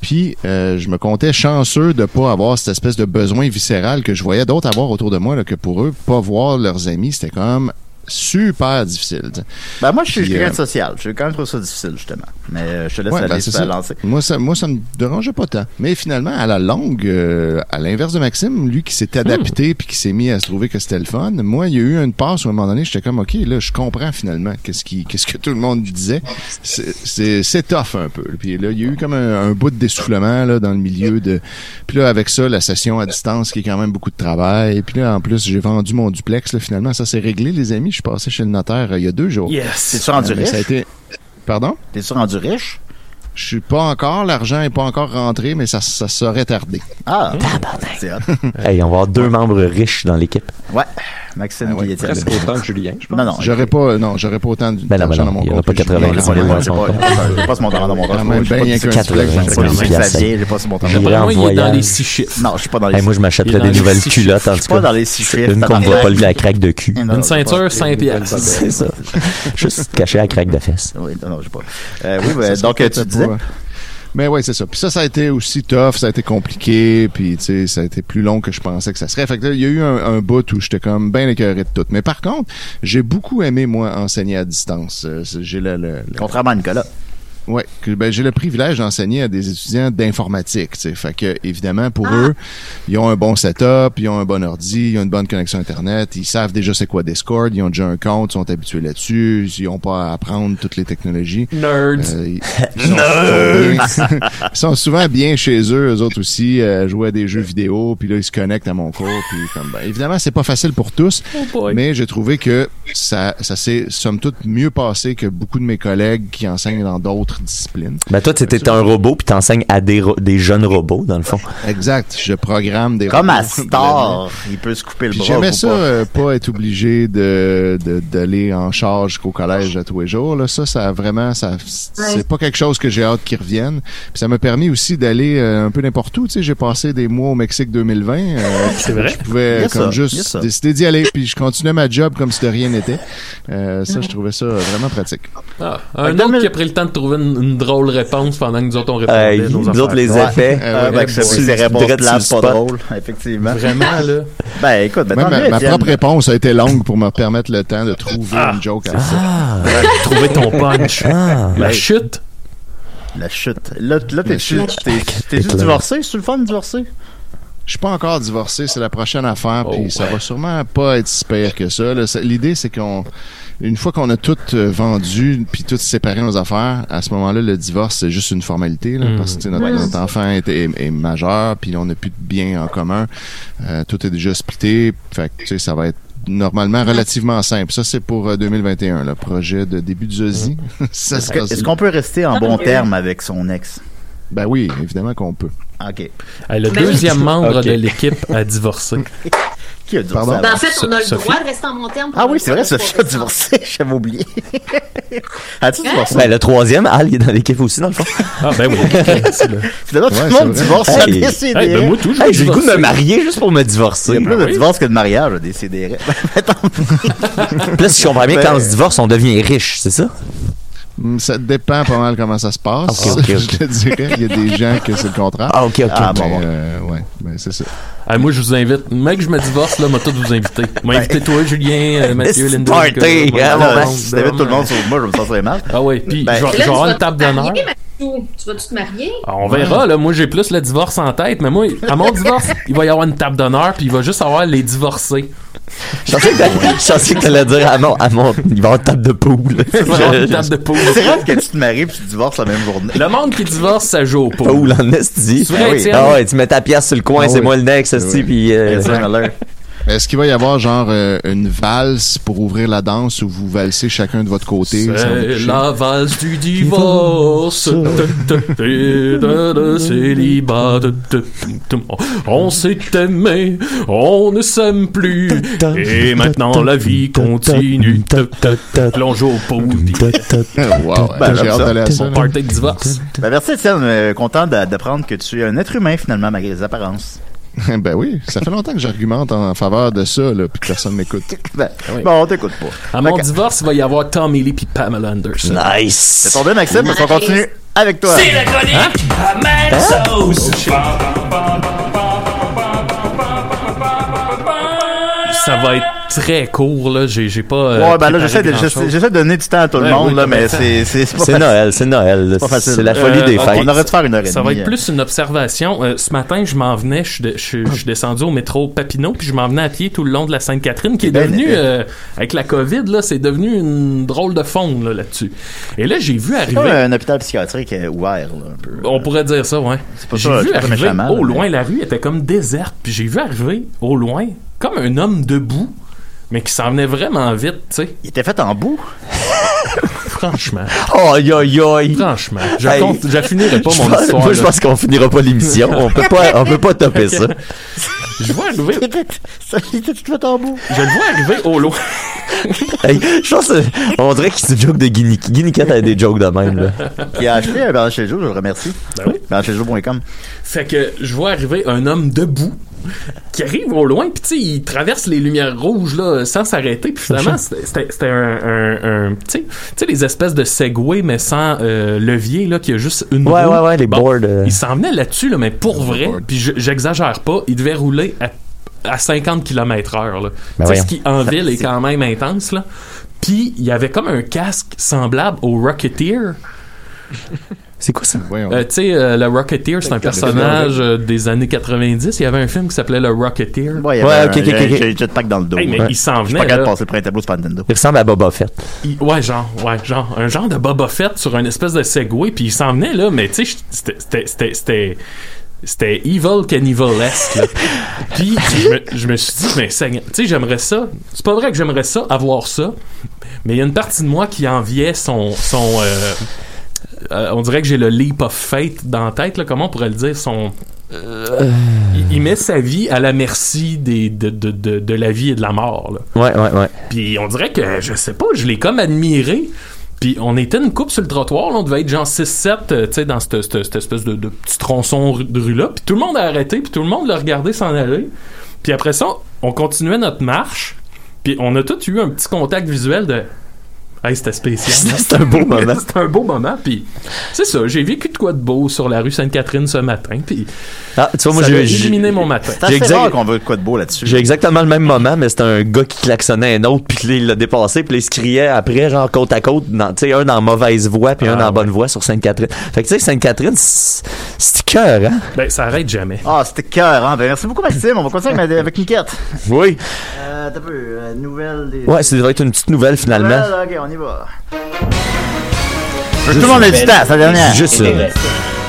Speaker 7: Puis euh, je me comptais chanceux de pas avoir cette espèce de besoin viscéral que je voyais d'autres avoir autour de moi, là, que pour eux, pas voir leurs amis, c'était comme super difficile. tu sais.
Speaker 3: Ben, moi, je suis
Speaker 7: Puis,
Speaker 3: quelqu'un de
Speaker 7: euh,
Speaker 3: social. Je quand même trouve ça difficile, justement. Mais euh, je te laisse
Speaker 7: Ouais, ben,
Speaker 3: aller
Speaker 7: c'est
Speaker 3: si t'as
Speaker 7: ça.
Speaker 3: lancé.
Speaker 7: Moi, ça, moi, ça me dérangeait pas tant. Mais finalement, à la longue, euh, à l'inverse de Maxime, lui qui s'est
Speaker 3: Hmm.
Speaker 7: adapté puis qui s'est mis à se trouver que c'était le fun, moi, il y a eu une passe où à un moment donné, j'étais comme, OK, là, je comprends finalement qu'est-ce qui, qu'est-ce que tout le monde disait. C'est- C'est c'est tough un peu. Puis là, il y a eu comme un, un bout de d'essoufflement, là, dans le milieu de, puis là, avec ça, la session à distance qui est quand même beaucoup de travail. Puis là, en plus, j'ai vendu mon duplex, là, finalement. Ça s'est réglé, les amis. Je suis passé chez le notaire euh, il y a deux jours.
Speaker 1: Yes.
Speaker 3: T'es-tu rendu
Speaker 7: Euh, mais
Speaker 3: riche?
Speaker 7: ça a été... Pardon?
Speaker 3: T'es-tu rendu riche?
Speaker 7: Je suis pas encore, l'argent est pas encore rentré, mais ça, ça serait tardé.
Speaker 3: Ah! C'est hot.
Speaker 10: Hey, on va avoir deux membres riches dans l'équipe.
Speaker 3: Ouais. Maxime
Speaker 7: Ah ouais,
Speaker 3: qui est
Speaker 8: Presque autant que Julien, je pense.
Speaker 3: Non, non.
Speaker 7: J'aurais pas, non, j'aurais pas autant
Speaker 10: Ben non, ben
Speaker 7: d'argent
Speaker 10: non,
Speaker 7: dans mon
Speaker 10: il y en a
Speaker 7: compte
Speaker 10: pas
Speaker 7: que je-
Speaker 10: 80,
Speaker 3: J'ai pas les
Speaker 10: Ouais,
Speaker 3: moyens,
Speaker 10: c'est
Speaker 3: j'ai pas- j'ai pas ce montant dans mon
Speaker 7: Quand même
Speaker 3: compte.
Speaker 7: bien rien
Speaker 3: J'ai
Speaker 7: qu'un
Speaker 3: pas-
Speaker 10: quatre-vingts,
Speaker 7: duplex,
Speaker 3: j'ai pas
Speaker 10: cinq
Speaker 3: d'idée que ça vient, j'ai pas ce montant.
Speaker 10: Il
Speaker 1: Vraiment,
Speaker 10: est
Speaker 1: il est
Speaker 10: en
Speaker 1: dans
Speaker 10: voyage.
Speaker 1: les six chiffres.
Speaker 3: Non, je suis pas dans les.
Speaker 10: Hey, moi, je
Speaker 1: Il est
Speaker 10: m'achèterais
Speaker 1: dans
Speaker 10: des nouvelles
Speaker 1: les six
Speaker 10: culottes, en
Speaker 3: Je suis
Speaker 10: tout
Speaker 3: pas dans
Speaker 10: cas.
Speaker 3: les six chiffres.
Speaker 10: Une qu'on ne voit pas lever à craque de cul.
Speaker 3: Non, non,
Speaker 1: Une
Speaker 3: j'ai pas-
Speaker 1: ceinture, 5 piastres.
Speaker 10: C'est ça. Juste caché à craque de fesses.
Speaker 3: Oui, non, non, j'ai pas. Euh, oui, ben,
Speaker 7: Ça
Speaker 3: donc
Speaker 7: serait
Speaker 3: euh,
Speaker 7: peut-être
Speaker 3: tu disais.
Speaker 7: pas- Mais ouais, c'est ça. Puis ça, ça a été aussi tough, ça a été compliqué, puis tu sais, ça a été plus long que je pensais que ça serait. Fait que là, il y a eu un, un bout où j'étais comme bien écœuré de tout. Mais par contre, j'ai beaucoup aimé, moi, enseigner à distance. Euh, c'est- J'ai le, le- le-
Speaker 3: Contrairement à Nicolas.
Speaker 7: Ouais, que, ben, j'ai le privilège d'enseigner à des étudiants d'informatique. tu sais. Fait que, évidemment, pour eux, ils ont un bon setup, ils ont un bon ordi, ils ont une bonne connexion Internet, ils savent déjà c'est quoi Discord, ils ont déjà un compte, ils sont habitués là-dessus, ils n'ont pas à apprendre toutes les technologies.
Speaker 1: Nerds.
Speaker 7: Euh, ils, ils sont, sont bien- ils sont souvent bien chez eux, eux autres aussi, euh, jouer à des jeux vidéo, puis là, ils se connectent à mon cours, puis comme, ben, évidemment, c'est pas facile pour tous,
Speaker 1: boy.
Speaker 7: mais j'ai trouvé que ça, ça s'est, somme toute, mieux passé que beaucoup de mes collègues qui enseignent dans d'autres d'autres disciplines.
Speaker 10: Ben toi, t'es- t'es un robot puis t'enseignes à des, ro- des jeunes robots, dans le fond.
Speaker 7: Exact, je programme des
Speaker 3: Comme à
Speaker 7: robots, vraiment.
Speaker 3: Star, il peut se couper le
Speaker 7: Puis
Speaker 3: bras.
Speaker 7: J'aimais
Speaker 3: faut
Speaker 7: ça,
Speaker 3: pas.
Speaker 7: euh, pas être obligé de de- d'aller en charge jusqu'au collège à tous les jours. Là, ça, ça a vraiment, ça, c'est pas quelque chose que j'ai hâte qu'il revienne. Puis ça m'a permis aussi d'aller euh, un peu n'importe où. Tu sais, j'ai passé des mois au Mexique 2020. euh,
Speaker 1: C'est vrai.
Speaker 7: je pouvais
Speaker 3: Il y a
Speaker 7: comme
Speaker 3: ça, il y a
Speaker 7: juste
Speaker 3: ça.
Speaker 7: décider d'y aller. Puis je continuais ma job comme si de rien n'était. Euh, ça, je trouvais ça vraiment pratique.
Speaker 1: Ah, un
Speaker 3: Fait que
Speaker 1: autre
Speaker 3: 2000
Speaker 1: qui a pris le temps de trouver une, une drôle réponse pendant que nous autres on répondait.
Speaker 10: Euh,
Speaker 1: à nos
Speaker 10: nous
Speaker 1: affaires.
Speaker 10: autres, les
Speaker 3: Ouais.
Speaker 10: effets.
Speaker 7: Euh,
Speaker 3: Ah, ben, que c'est
Speaker 10: tu-
Speaker 3: c'est
Speaker 10: tu
Speaker 3: réponse
Speaker 10: drettes
Speaker 3: plate,
Speaker 10: sur le
Speaker 3: pas
Speaker 10: spot.
Speaker 3: drôle, effectivement.
Speaker 1: Vraiment, là.
Speaker 3: Ben écoute, ben,
Speaker 7: Même
Speaker 3: tant
Speaker 7: ma,
Speaker 3: mieux,
Speaker 7: ma
Speaker 3: Étienne.
Speaker 7: propre réponse a été longue pour me permettre le temps de trouver
Speaker 1: Ah,
Speaker 7: une joke à ça.
Speaker 1: Trouver ton punch. Ah, La chute.
Speaker 3: La chute. Là, t- là, t'es
Speaker 7: chute.
Speaker 3: t'es- t'es juste divorcé, c'est le fun de divorcer.
Speaker 7: Je suis pas encore divorcé, c'est la prochaine affaire,
Speaker 1: Oh,
Speaker 7: puis ça
Speaker 1: ouais.
Speaker 7: va sûrement pas être si pire que ça. là. Ça- L'idée, c'est qu'on, une fois qu'on a tout euh, vendu, puis tout séparé nos affaires, à ce moment-là, le divorce, c'est juste une formalité, là,
Speaker 1: Mm.
Speaker 7: parce que tu sais, notre, notre enfant est, est- est majeur, puis on n'a plus de biens en commun, Euh, tout est déjà splitté, fait que, tu sais, ça va être normalement relativement simple. Ça, c'est pour euh, 2021, le projet de début de Josie. ça
Speaker 3: Mm. Est-ce que-
Speaker 7: sera-
Speaker 3: est-ce qu'on peut rester en bon terme avec son ex? Ah,
Speaker 7: Ben oui, évidemment qu'on peut.
Speaker 3: OK.
Speaker 1: Hey, le
Speaker 6: Ben-
Speaker 1: deuxième membre
Speaker 8: Ok.
Speaker 1: de l'équipe a divorcé.
Speaker 3: Qui a divorcé?
Speaker 7: Pardon?
Speaker 3: avant?
Speaker 6: Ben, en fait, on a le
Speaker 1: Sophie?
Speaker 6: droit de rester en bon terme.
Speaker 3: Ah oui, c'est vrai, Sophie a
Speaker 6: ça
Speaker 3: divorcé. J'avais oublié.
Speaker 6: Hein?
Speaker 3: As-tu divorcé?
Speaker 10: Ben, le troisième, Al, il est dans l'équipe aussi, dans le fond.
Speaker 1: Ah, ben oui. C'est le-
Speaker 3: Finalement, tout
Speaker 7: Ouais,
Speaker 3: le
Speaker 7: c'est
Speaker 3: monde
Speaker 7: vrai.
Speaker 3: divorce à
Speaker 10: Hey.
Speaker 3: décider.
Speaker 1: Hey, ben moi, tout, je
Speaker 10: Hey,
Speaker 1: vais
Speaker 10: j'ai le goût de me
Speaker 1: divorcer.
Speaker 10: marier juste pour me divorcer.
Speaker 3: Il y a plus de
Speaker 1: oui.
Speaker 3: divorces que de mariages, à décider.
Speaker 10: Puis là, si je comprends bien,
Speaker 3: Ben-
Speaker 10: quand on se divorce, on devient riche, c'est ça?
Speaker 7: Hmm, Ça dépend pas mal comment ça se passe.
Speaker 10: Ah, Ok, ok, ok.
Speaker 7: je te dirais, il y a des gens que c'est le contraire.
Speaker 10: Ah, ok, ok.
Speaker 3: Ah, bon,
Speaker 7: Mais,
Speaker 3: bon.
Speaker 7: euh, ouais, ben, c'est ça.
Speaker 1: Hey, Ah, moi, je vous invite. Mec, je me divorce, là, m'a tous vous inviter.
Speaker 3: Ben,
Speaker 1: M'a invité toi, Julien, euh, Mathieu,
Speaker 10: C'est
Speaker 1: Linda.
Speaker 10: party, hein, mon
Speaker 1: Nicolas, Ben,
Speaker 10: Max,
Speaker 1: Dom,
Speaker 3: Si t'avais Ben, tout le monde sur moi, je me sentais mal.
Speaker 1: euh, Ah ouais, puis
Speaker 3: Ben,
Speaker 1: je vais- je vais avoir une table d'honneur.
Speaker 6: Tu vas-tu te marier?
Speaker 1: Ah, On verra, là. Moi, j'ai plus le divorce en tête, mais moi, à mon divorce, il va y avoir une table d'honneur, puis il va juste avoir les divorcés.
Speaker 10: Je pensais que t'a- je pensais que t'allais dire à mon, à mon, il va y avoir une table de poule.
Speaker 1: Il va y avoir une table
Speaker 10: Je-
Speaker 1: de poule.
Speaker 3: C'est rare que tu te maries puis tu divorces la même journée.
Speaker 1: Le monde qui divorce, ça joue au
Speaker 10: je-
Speaker 1: pool.
Speaker 10: Poule en esti.
Speaker 1: C'est vrai,
Speaker 10: Ah oui.
Speaker 1: Étienne.
Speaker 10: Ah ouais, tu mets ta pièce sur le coin,
Speaker 7: Ah
Speaker 10: c'est
Speaker 7: oui.
Speaker 10: moi le next, esti,
Speaker 7: Oui.
Speaker 10: puis euh,
Speaker 3: C'est un malheur.
Speaker 7: Est-ce qu'il va y avoir genre euh, une valse pour ouvrir la danse où vous valsez chacun de votre côté? sans vous
Speaker 1: C'est
Speaker 7: toucher?
Speaker 1: la valse du divorce. Tu, tu, tu, de- de célibat. Tu, tu, tu, tu. On s'est aimé, on ne s'aime plus. Et maintenant la vie continue. Tu, tu, tu. Plongeons au pot, puis
Speaker 7: Wow,
Speaker 3: Ben,
Speaker 7: j'ai
Speaker 3: comme
Speaker 7: hâte
Speaker 3: ça.
Speaker 7: d'aller à ça.
Speaker 1: on
Speaker 7: là.
Speaker 1: partait de divorce.
Speaker 3: Ben, merci Étienne, euh, content d'a- d'apprendre que tu es un être humain finalement malgré les apparences.
Speaker 7: ben oui, ça fait longtemps que j'argumente en faveur de ça, là, puis que personne m'écoute.
Speaker 3: Ben,
Speaker 1: Ah oui.
Speaker 3: Bon, on t'écoute pas.
Speaker 1: À mon divorce, il va y avoir Tom Lee puis Pamela Anderson.
Speaker 10: Nice.
Speaker 3: C'est tombé Maxime, parce qu'on continue avec toi.
Speaker 1: Hein? Ça va être très court, là. J'ai j'ai pas. euh,
Speaker 3: Ouais, ben là,
Speaker 1: préparé
Speaker 3: j'essaie de,
Speaker 1: grand-chose.
Speaker 3: j'essaie de donner du temps à tout le
Speaker 1: Ouais,
Speaker 3: monde,
Speaker 1: oui,
Speaker 3: là,
Speaker 1: t'as
Speaker 3: mais
Speaker 1: raison.
Speaker 3: c'est, c'est, c'est pas
Speaker 10: C'est
Speaker 3: facile.
Speaker 10: Noël, c'est Noël.
Speaker 3: pas facile.
Speaker 10: C'est la folie
Speaker 1: Euh,
Speaker 10: des
Speaker 1: ok.
Speaker 10: fêtes.
Speaker 3: On aurait dû faire une heure et
Speaker 1: Ça va
Speaker 3: demie,
Speaker 1: être
Speaker 3: hein.
Speaker 1: plus une observation. Euh, ce matin, je m'en venais, je suis de- je suis je suis descendu au métro Papineau, puis je m'en venais à pied tout le long de la Sainte-Catherine, qui est
Speaker 3: Ben,
Speaker 1: devenue,
Speaker 3: euh,
Speaker 1: euh, avec la COVID, là, c'est devenu une drôle de faune là, là-dessus. Et là, j'ai vu
Speaker 3: C'est comme
Speaker 1: arriver...
Speaker 3: un hôpital psychiatrique euh, ouvert, là, un peu.
Speaker 1: On pourrait dire ça, ouais.
Speaker 3: pas
Speaker 1: J'ai
Speaker 3: ça,
Speaker 1: vu
Speaker 3: c'est pas
Speaker 1: arriver
Speaker 3: méchamment,
Speaker 1: au
Speaker 3: mais-
Speaker 1: loin, la rue était comme déserte, puis j'ai vu arriver au loin comme un homme debout, mais qui s'en venait vraiment vite, tu sais.
Speaker 3: Il était fait en boue.
Speaker 1: Franchement,
Speaker 10: Oh, yo, yo.
Speaker 1: franchement. Je,
Speaker 10: Hey.
Speaker 1: compte, je finirai pas
Speaker 10: Je
Speaker 1: mon
Speaker 10: pense-
Speaker 1: histoire.
Speaker 10: moi, je
Speaker 1: là.
Speaker 10: pense qu'on finira pas l'émission. On peut pas, on peut pas topper ça.
Speaker 1: Je vois arriver,
Speaker 3: Il était, ça, il était tout fait en boue.
Speaker 1: je le vois arriver au loin.
Speaker 10: Hey, je pense, euh, on dirait que c'est une joke de Guinea. Guinea Cat a des jokes de même, là.
Speaker 3: Qui a acheté un Bernard Chéjou, je le remercie.
Speaker 1: Ben oui.
Speaker 3: BernardChéjou.com.
Speaker 1: Fait que je vois arriver un homme debout qui arrive au loin, puis tu sais, il traverse les lumières rouges là, sans s'arrêter. Puis finalement, c'était c'était- c'était un. un- un- tu sais- tu sais, les espèces de Segway, mais sans euh, levier, là, qui a juste une.
Speaker 10: Ouais,
Speaker 1: roue.
Speaker 10: ouais, ouais, les boards, euh.
Speaker 1: Il s'en venait là-dessus, là, mais pour vrai, puis je- j'exagère pas, il devait rouler à, à 50 km/h. là. Tu
Speaker 10: Ben
Speaker 1: sais,
Speaker 10: voyons.
Speaker 1: ce qui en ville est quand même intense. là. Puis il y avait comme un casque semblable au Rocketeer.
Speaker 10: C'est quoi ça?
Speaker 7: Voyons.
Speaker 1: Euh, tu sais, euh, le Rocketeer, c'est un personnage euh, des années 90. Il y avait un film qui s'appelait Le Rocketeer.
Speaker 3: Ouais, il y
Speaker 10: Ouais,
Speaker 3: avait
Speaker 10: ok,
Speaker 3: un-
Speaker 10: ok,
Speaker 3: j'ai-
Speaker 10: ok, ok.
Speaker 3: J'ai le jetpack dans le dos.
Speaker 1: Hey, mais
Speaker 3: Ouais.
Speaker 1: il s'en
Speaker 3: Je suis
Speaker 1: venait.
Speaker 3: pas capable de
Speaker 1: Là.
Speaker 3: passer le premier tableau sur Nintendo.
Speaker 10: Il ressemble à Boba Fett.
Speaker 1: Il- ouais, genre, ouais, genre, un genre de Boba Fett sur une espèce de Segway, puis il s'en venait là, mais tu sais, je- c'était- c'était- c'était- c'était. C'était Evil Cannibal-esque, là. Puis je me, je me suis dit, mais Seigneur, tu sais, j'aimerais ça. C'est pas vrai que j'aimerais ça, avoir ça, mais il y a une partie de moi qui enviait son. son euh, euh, on dirait que j'ai le leap of faith dans la tête. Là, comment on pourrait le dire Son, il, il met sa vie à la merci des, de, de, de, de la vie et de la mort. là.
Speaker 10: Ouais, ouais, ouais.
Speaker 1: Puis on dirait que, je sais pas, je l'ai comme admiré. Puis on était une coupe sur le trottoir, là, on devait être genre 6-7, euh, tu sais, dans cette, cette- cette espèce de, de petit tronçon ru- de rue-là. Puis tout le monde a arrêté, puis tout le monde l'a regardé s'en aller. Puis après ça, on continuait notre marche. Puis on a tous eu un petit contact visuel de... Hey, c'était spécial.
Speaker 10: C'est un beau moment.
Speaker 1: C'était un beau moment, puis c'est ça, j'ai vécu de quoi de beau sur la rue Sainte-Catherine ce matin, puis
Speaker 10: Ah, tu vois, moi,
Speaker 1: ça a
Speaker 10: j'ai-
Speaker 1: illuminé
Speaker 10: j'ai
Speaker 1: mon matin.
Speaker 3: C'est assez
Speaker 10: exact-
Speaker 3: rare qu'on veut de quoi de beau là-dessus.
Speaker 10: j'ai exactement le même moment, mais c'était un gars qui klaxonnait un autre, puis que là, il l'a dépassé, puis là, il se criait après, genre côte à côte, dans- tu sais, un dans mauvaise voie, puis un dans bonne voie sur Sainte-Catherine. Fait que, tu sais, Sainte-Catherine, c'est c'est cœur, hein?
Speaker 1: Ben, ça arrête jamais.
Speaker 3: Ah, c'était cœur, hein. Ben, merci beaucoup, Maxime. On va continuer avec, avec Niquette.
Speaker 10: Oui.
Speaker 3: Euh, t'as peu, euh, nouvelle des.
Speaker 10: Ouais, ça devrait être une petite nouvelle, finalement.
Speaker 3: Nouvelle, ok, on y va. Tout le monde a du temps, c'est la dernière.
Speaker 10: Juste une.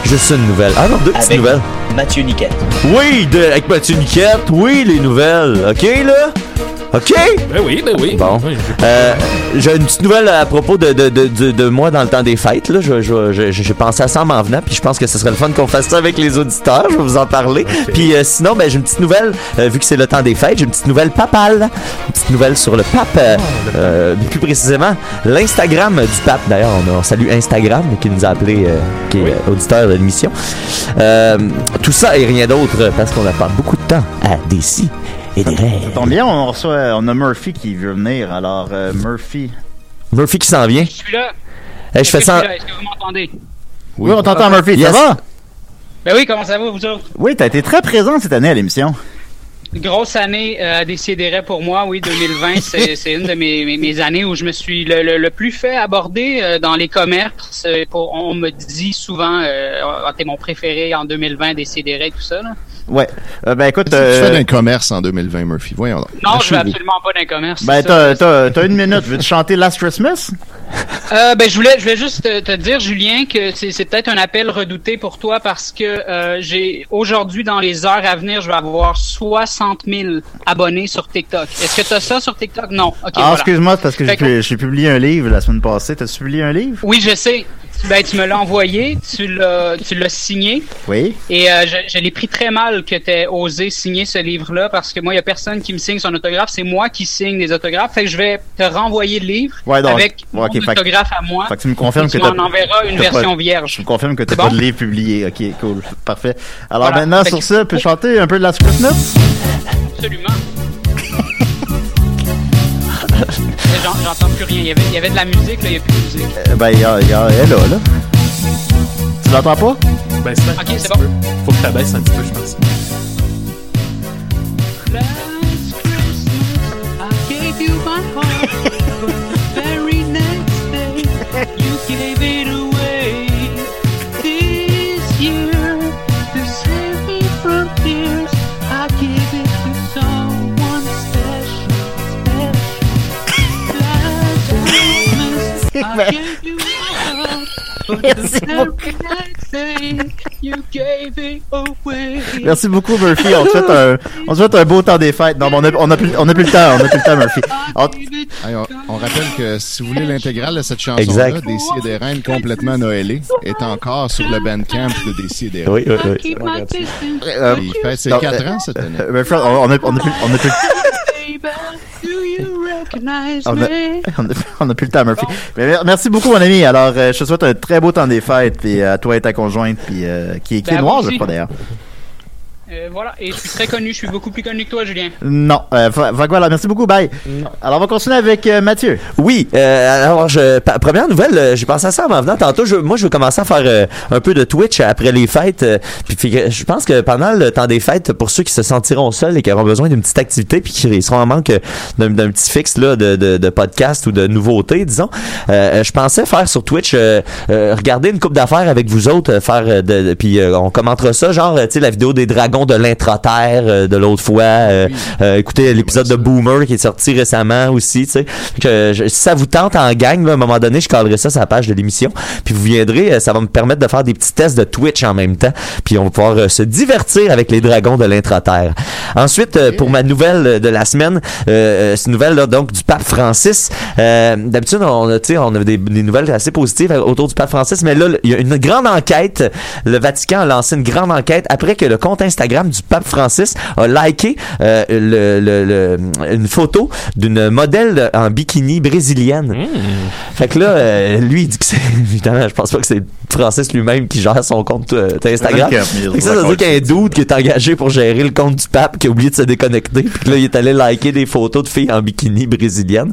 Speaker 10: Juste une nouvelle. Ah non, deux petites nouvelles.
Speaker 11: Mathieu Niquette.
Speaker 10: Oui, de, avec Mathieu Niquette, oui, les nouvelles. OK, là? OK?
Speaker 1: Ben oui, ben oui.
Speaker 10: Bon.
Speaker 1: Oui, j'ai-
Speaker 10: Euh, j'ai une petite nouvelle à propos de, de, de, de- de moi dans le temps des fêtes. Là. Je, je, je- je- j'ai pensé à ça en m'en venant, puis je pense que ce serait le fun qu'on fasse ça avec les auditeurs. Je vais vous en parler. Puis euh, sinon, ben, j'ai une petite nouvelle, euh, vu que c'est le temps des fêtes, j'ai une petite nouvelle papale. Une petite nouvelle sur le pape. euh, euh, plus précisément, l'Instagram du pape. D'ailleurs, on, a- on salue Instagram qui nous a appelé, euh, qui est euh, auditeur de l'émission. Euh, tout ça et rien d'autre, parce qu'on a pas beaucoup de temps à des si et des rêves.
Speaker 3: Tant bien, on reçoit, on a Murphy qui veut venir. Alors, euh, Murphy.
Speaker 10: Murphy qui s'en vient.
Speaker 11: Je suis là.
Speaker 10: Hey, je fais ça. en-
Speaker 11: Est-ce que vous m'entendez?
Speaker 3: Oui, on t'entend, Murphy.
Speaker 10: yes.
Speaker 3: Ça va?
Speaker 11: Ben oui, comment ça va, vous autres?
Speaker 3: Oui, t'as été très présent cette année à l'émission.
Speaker 11: Grosse année euh, à décider pour moi, oui, 2020, c'est c'est une de mes, mes, mes années où je me suis le, le, le plus fait aborder euh, dans les commerces. euh, Pour, on me dit souvent, euh, Ah, t'es mon préféré en 2020, décider et tout ça. Là.
Speaker 3: Ouais. Euh, ben écoute,
Speaker 7: Qu'est-ce que tu
Speaker 3: euh,
Speaker 7: fais d'un commerce en 2020, Murphy? Voyons donc.
Speaker 11: Non, je vais
Speaker 7: Lâchez-vous.
Speaker 11: absolument pas d'un commerce.
Speaker 3: Ah, ben
Speaker 11: c'est ça.
Speaker 3: t'as, t'as, t'as une minute. Veux-tu chanter Last Christmas?
Speaker 11: Euh, ben, je voulais, je voulais juste te, te dire, Julien, que c'est c'est peut-être un appel redouté pour toi parce que euh, j'ai aujourd'hui, dans les heures à venir, je vais avoir 60 000 abonnés sur TikTok. Est-ce que tu as ça sur TikTok? Non. OK,
Speaker 3: ah,
Speaker 11: voilà.
Speaker 3: excuse-moi, c'est parce que j'ai,
Speaker 11: Fait que-
Speaker 3: pu- j'ai publié un livre la semaine passée. T'as-tu publié un livre?
Speaker 11: Oui, je sais. Ben, tu me l'as envoyé, tu l'as tu l'as signé
Speaker 3: Oui.
Speaker 11: et euh, je, je l'ai pris très mal que tu osé signer ce livre-là parce que moi, il y a personne qui me signe son autographe. C'est moi qui signe des autographes. Fait que je vais te renvoyer le livre
Speaker 3: Ouais, donc-
Speaker 11: avec
Speaker 3: ouais, ok,
Speaker 11: mon
Speaker 3: fait que-
Speaker 11: autographe à moi.
Speaker 3: Fait que tu me confirmes
Speaker 11: Et tu
Speaker 3: que t'as-
Speaker 11: m'en enverras une
Speaker 3: t'as pas-
Speaker 11: version vierge.
Speaker 3: Je me confirme que t'as
Speaker 11: C'est
Speaker 3: pas
Speaker 11: bon?
Speaker 3: de livre publié. Ok, cool. Parfait. Alors
Speaker 11: Voilà.
Speaker 3: maintenant,
Speaker 11: Fait
Speaker 3: sur
Speaker 11: que-
Speaker 3: ça, peux chanter un peu de Last Christmas?
Speaker 11: Absolument. J'en- J'entends plus rien. Il y, avait, il y avait de la musique, là, il n'y a plus de musique.
Speaker 3: Euh, Ben, y a, y a, elle est là, là. Tu l'entends pas?
Speaker 1: Ben, c'est
Speaker 11: Ok, c'est bon.
Speaker 1: Faut que t'abaisses un petit peu, je pense.
Speaker 11: Last Christmas, I gave you my heart, but the very next day, you gave it away. This year, to save me from tears, I gave it to someone special, special. Last Christmas, I gave you my heart, but the very next day, you gave it away.
Speaker 3: Merci beaucoup, Murphy. On te souhaite un, on te souhaite un beau temps des fêtes. Non, mais on a, on a, plus, on a plus le temps. On a plus le temps, Murphy. On-
Speaker 7: Hey, on, on rappelle que si vous voulez l'intégrale de cette chanson-là,
Speaker 10: Exact.
Speaker 7: Décis et des reines complètement noëlée est encore sur le bandcamp de Décis et des reines.
Speaker 10: Oui, oui, oui.
Speaker 3: euh,
Speaker 7: Il fait ses
Speaker 3: Non,
Speaker 7: 4
Speaker 3: euh,
Speaker 7: ans cette année.
Speaker 3: euh, Murphy, on, on a, on a plus, on a plus, on a, on a- on a plus le temps, Murphy. Mais mer- merci beaucoup, mon ami. Alors, euh, je te souhaite un très beau temps des fêtes, puis à toi et ta conjointe, puis euh, qui, est- qui
Speaker 11: Ben,
Speaker 3: est
Speaker 11: à vous
Speaker 3: noire, je
Speaker 11: aussi.
Speaker 3: crois d'ailleurs.
Speaker 11: Euh, voilà, et je suis très connu, je suis beaucoup plus connu que toi, Julien.
Speaker 3: Non, euh, fa- fait que voilà, merci beaucoup, bye. Alors, on va continuer avec euh, Mathieu.
Speaker 10: Oui, euh, alors je, pa- première nouvelle, euh, j'ai pensé à ça en m'en venant tantôt. Je, moi, je veux commencer à faire euh, un peu de Twitch après les fêtes. euh, puis, fait que je pense que pendant le temps des fêtes, pour ceux qui se sentiront seuls et qui auront besoin d'une petite activité, puis qui seront en manque euh, d'un d'un petit fixe là, de, de, de podcast ou de nouveautés, disons, euh, je pensais faire sur Twitch, euh, euh, regarder une coupe d'affaires avec vous autres, euh, faire euh, de, de- puis euh, on commentera ça, genre, euh, tu sais, la vidéo des dragons émission de l'intraterre euh, de l'autre fois. euh, euh, écoutez l'épisode de Boomer qui est sorti récemment aussi. tu sais. Que je- si ça vous tente en gang, là, à un moment donné, je calerai ça sur la page de l'émission. Puis vous viendrez, euh, ça va me permettre de faire des petits tests de Twitch en même temps. Puis on va pouvoir euh, se divertir avec les dragons de l'intraterre. Ensuite, euh, pour ma nouvelle euh, de la semaine, euh, euh, c'est une nouvelle là, donc du pape Francis. Euh, D'habitude, on, a, tu sais, on a des, des nouvelles assez positives euh, autour du pape Francis, mais là, il y a une grande enquête. Le Vatican a lancé une grande enquête après que le compte Instagram du pape Francis a liké euh, le- le- le- une photo d'une modèle en bikini brésilienne. Fait que là, euh, lui, il dit que c'est. Évidemment, je pense pas que c'est Francis lui-même qui gère son compte euh, Instagram.
Speaker 3: Ok, mais
Speaker 10: Fait que ça, ça veut dire qu'il y a un dude qui est engagé pour gérer le compte du pape qui a oublié de se déconnecter. Puis que là, il est allé liker des photos de filles en bikini brésilienne.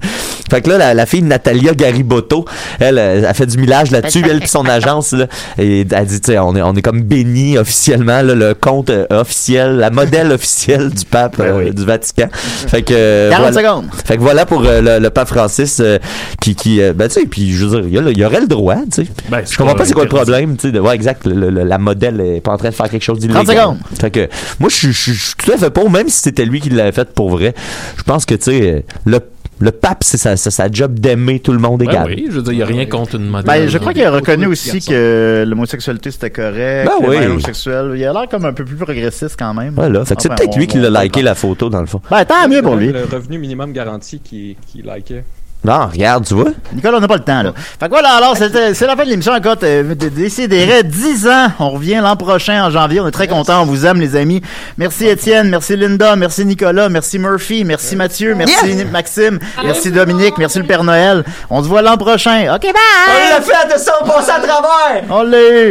Speaker 10: Fait que là, la, la fille Natalia Garibotto, elle, euh, elle a fait du millage là-dessus, elle puis son agence. Là, et elle dit, tu sais, on est, on est comme béni officiellement, là, le compte euh, officiel, la modèle officielle du pape
Speaker 1: Ben
Speaker 10: euh, du Vatican. Fait que... euh,
Speaker 3: 40
Speaker 10: voilà.
Speaker 3: secondes.
Speaker 10: Fait que voilà pour euh, le, le pape Francis euh, qui, qui euh, ben tu sais, puis je veux dire, il y a le- il y, aurait le droit, tu sais.
Speaker 1: Ben,
Speaker 10: je comprends
Speaker 1: pas
Speaker 10: pas c'est quoi le
Speaker 1: interdit.
Speaker 10: problème, tu sais, de voir exact, le- le- la modèle est pas en train de faire quelque chose d'illégal.
Speaker 3: 30 secondes.
Speaker 10: Fait que moi, je suis- je suis je suis tout à fait pour, même si c'était lui qui l'avait fait pour vrai. Je pense que, tu sais, le, le pape, c'est sa, sa, sa job d'aimer tout le monde
Speaker 1: Ben
Speaker 10: égal.
Speaker 1: oui, je veux dire, il n'y a rien contre une modèle.
Speaker 3: Ben, je crois qu'il a reconnu
Speaker 1: Autre
Speaker 3: aussi
Speaker 1: garçon.
Speaker 3: que l'homosexualité c'était correct,
Speaker 10: Ben oui.
Speaker 3: l'homosexuel, il a l'air comme un peu plus progressiste quand même.
Speaker 10: Voilà, fait que c'est
Speaker 3: Enfin,
Speaker 10: peut-être
Speaker 3: Ah ben, on-
Speaker 10: lui qui
Speaker 3: on-
Speaker 10: l'a liké la photo, dans le fond.
Speaker 3: Ben, tant mieux pour lui.
Speaker 8: Le revenu minimum garanti qui, qui likait.
Speaker 10: Non, regarde, tu vois.
Speaker 3: Nicolas, on n'a pas le temps, là. Fait que voilà, alors, c'était- c'est la fin de l'émission. Écoute, euh, d- décidérez 10 ans. On revient l'an prochain, en janvier. On est très contents. On vous aime, les amis. Merci, Étienne. Merci, Linda. Merci, Nicolas. Merci, Murphy. Merci, Mathieu. Merci, Maxime. Merci, Dominique. Merci, le Père Noël. On se voit l'an prochain. OK, bye!
Speaker 10: On l'a fait de 100% à travers!
Speaker 3: On l'a eu!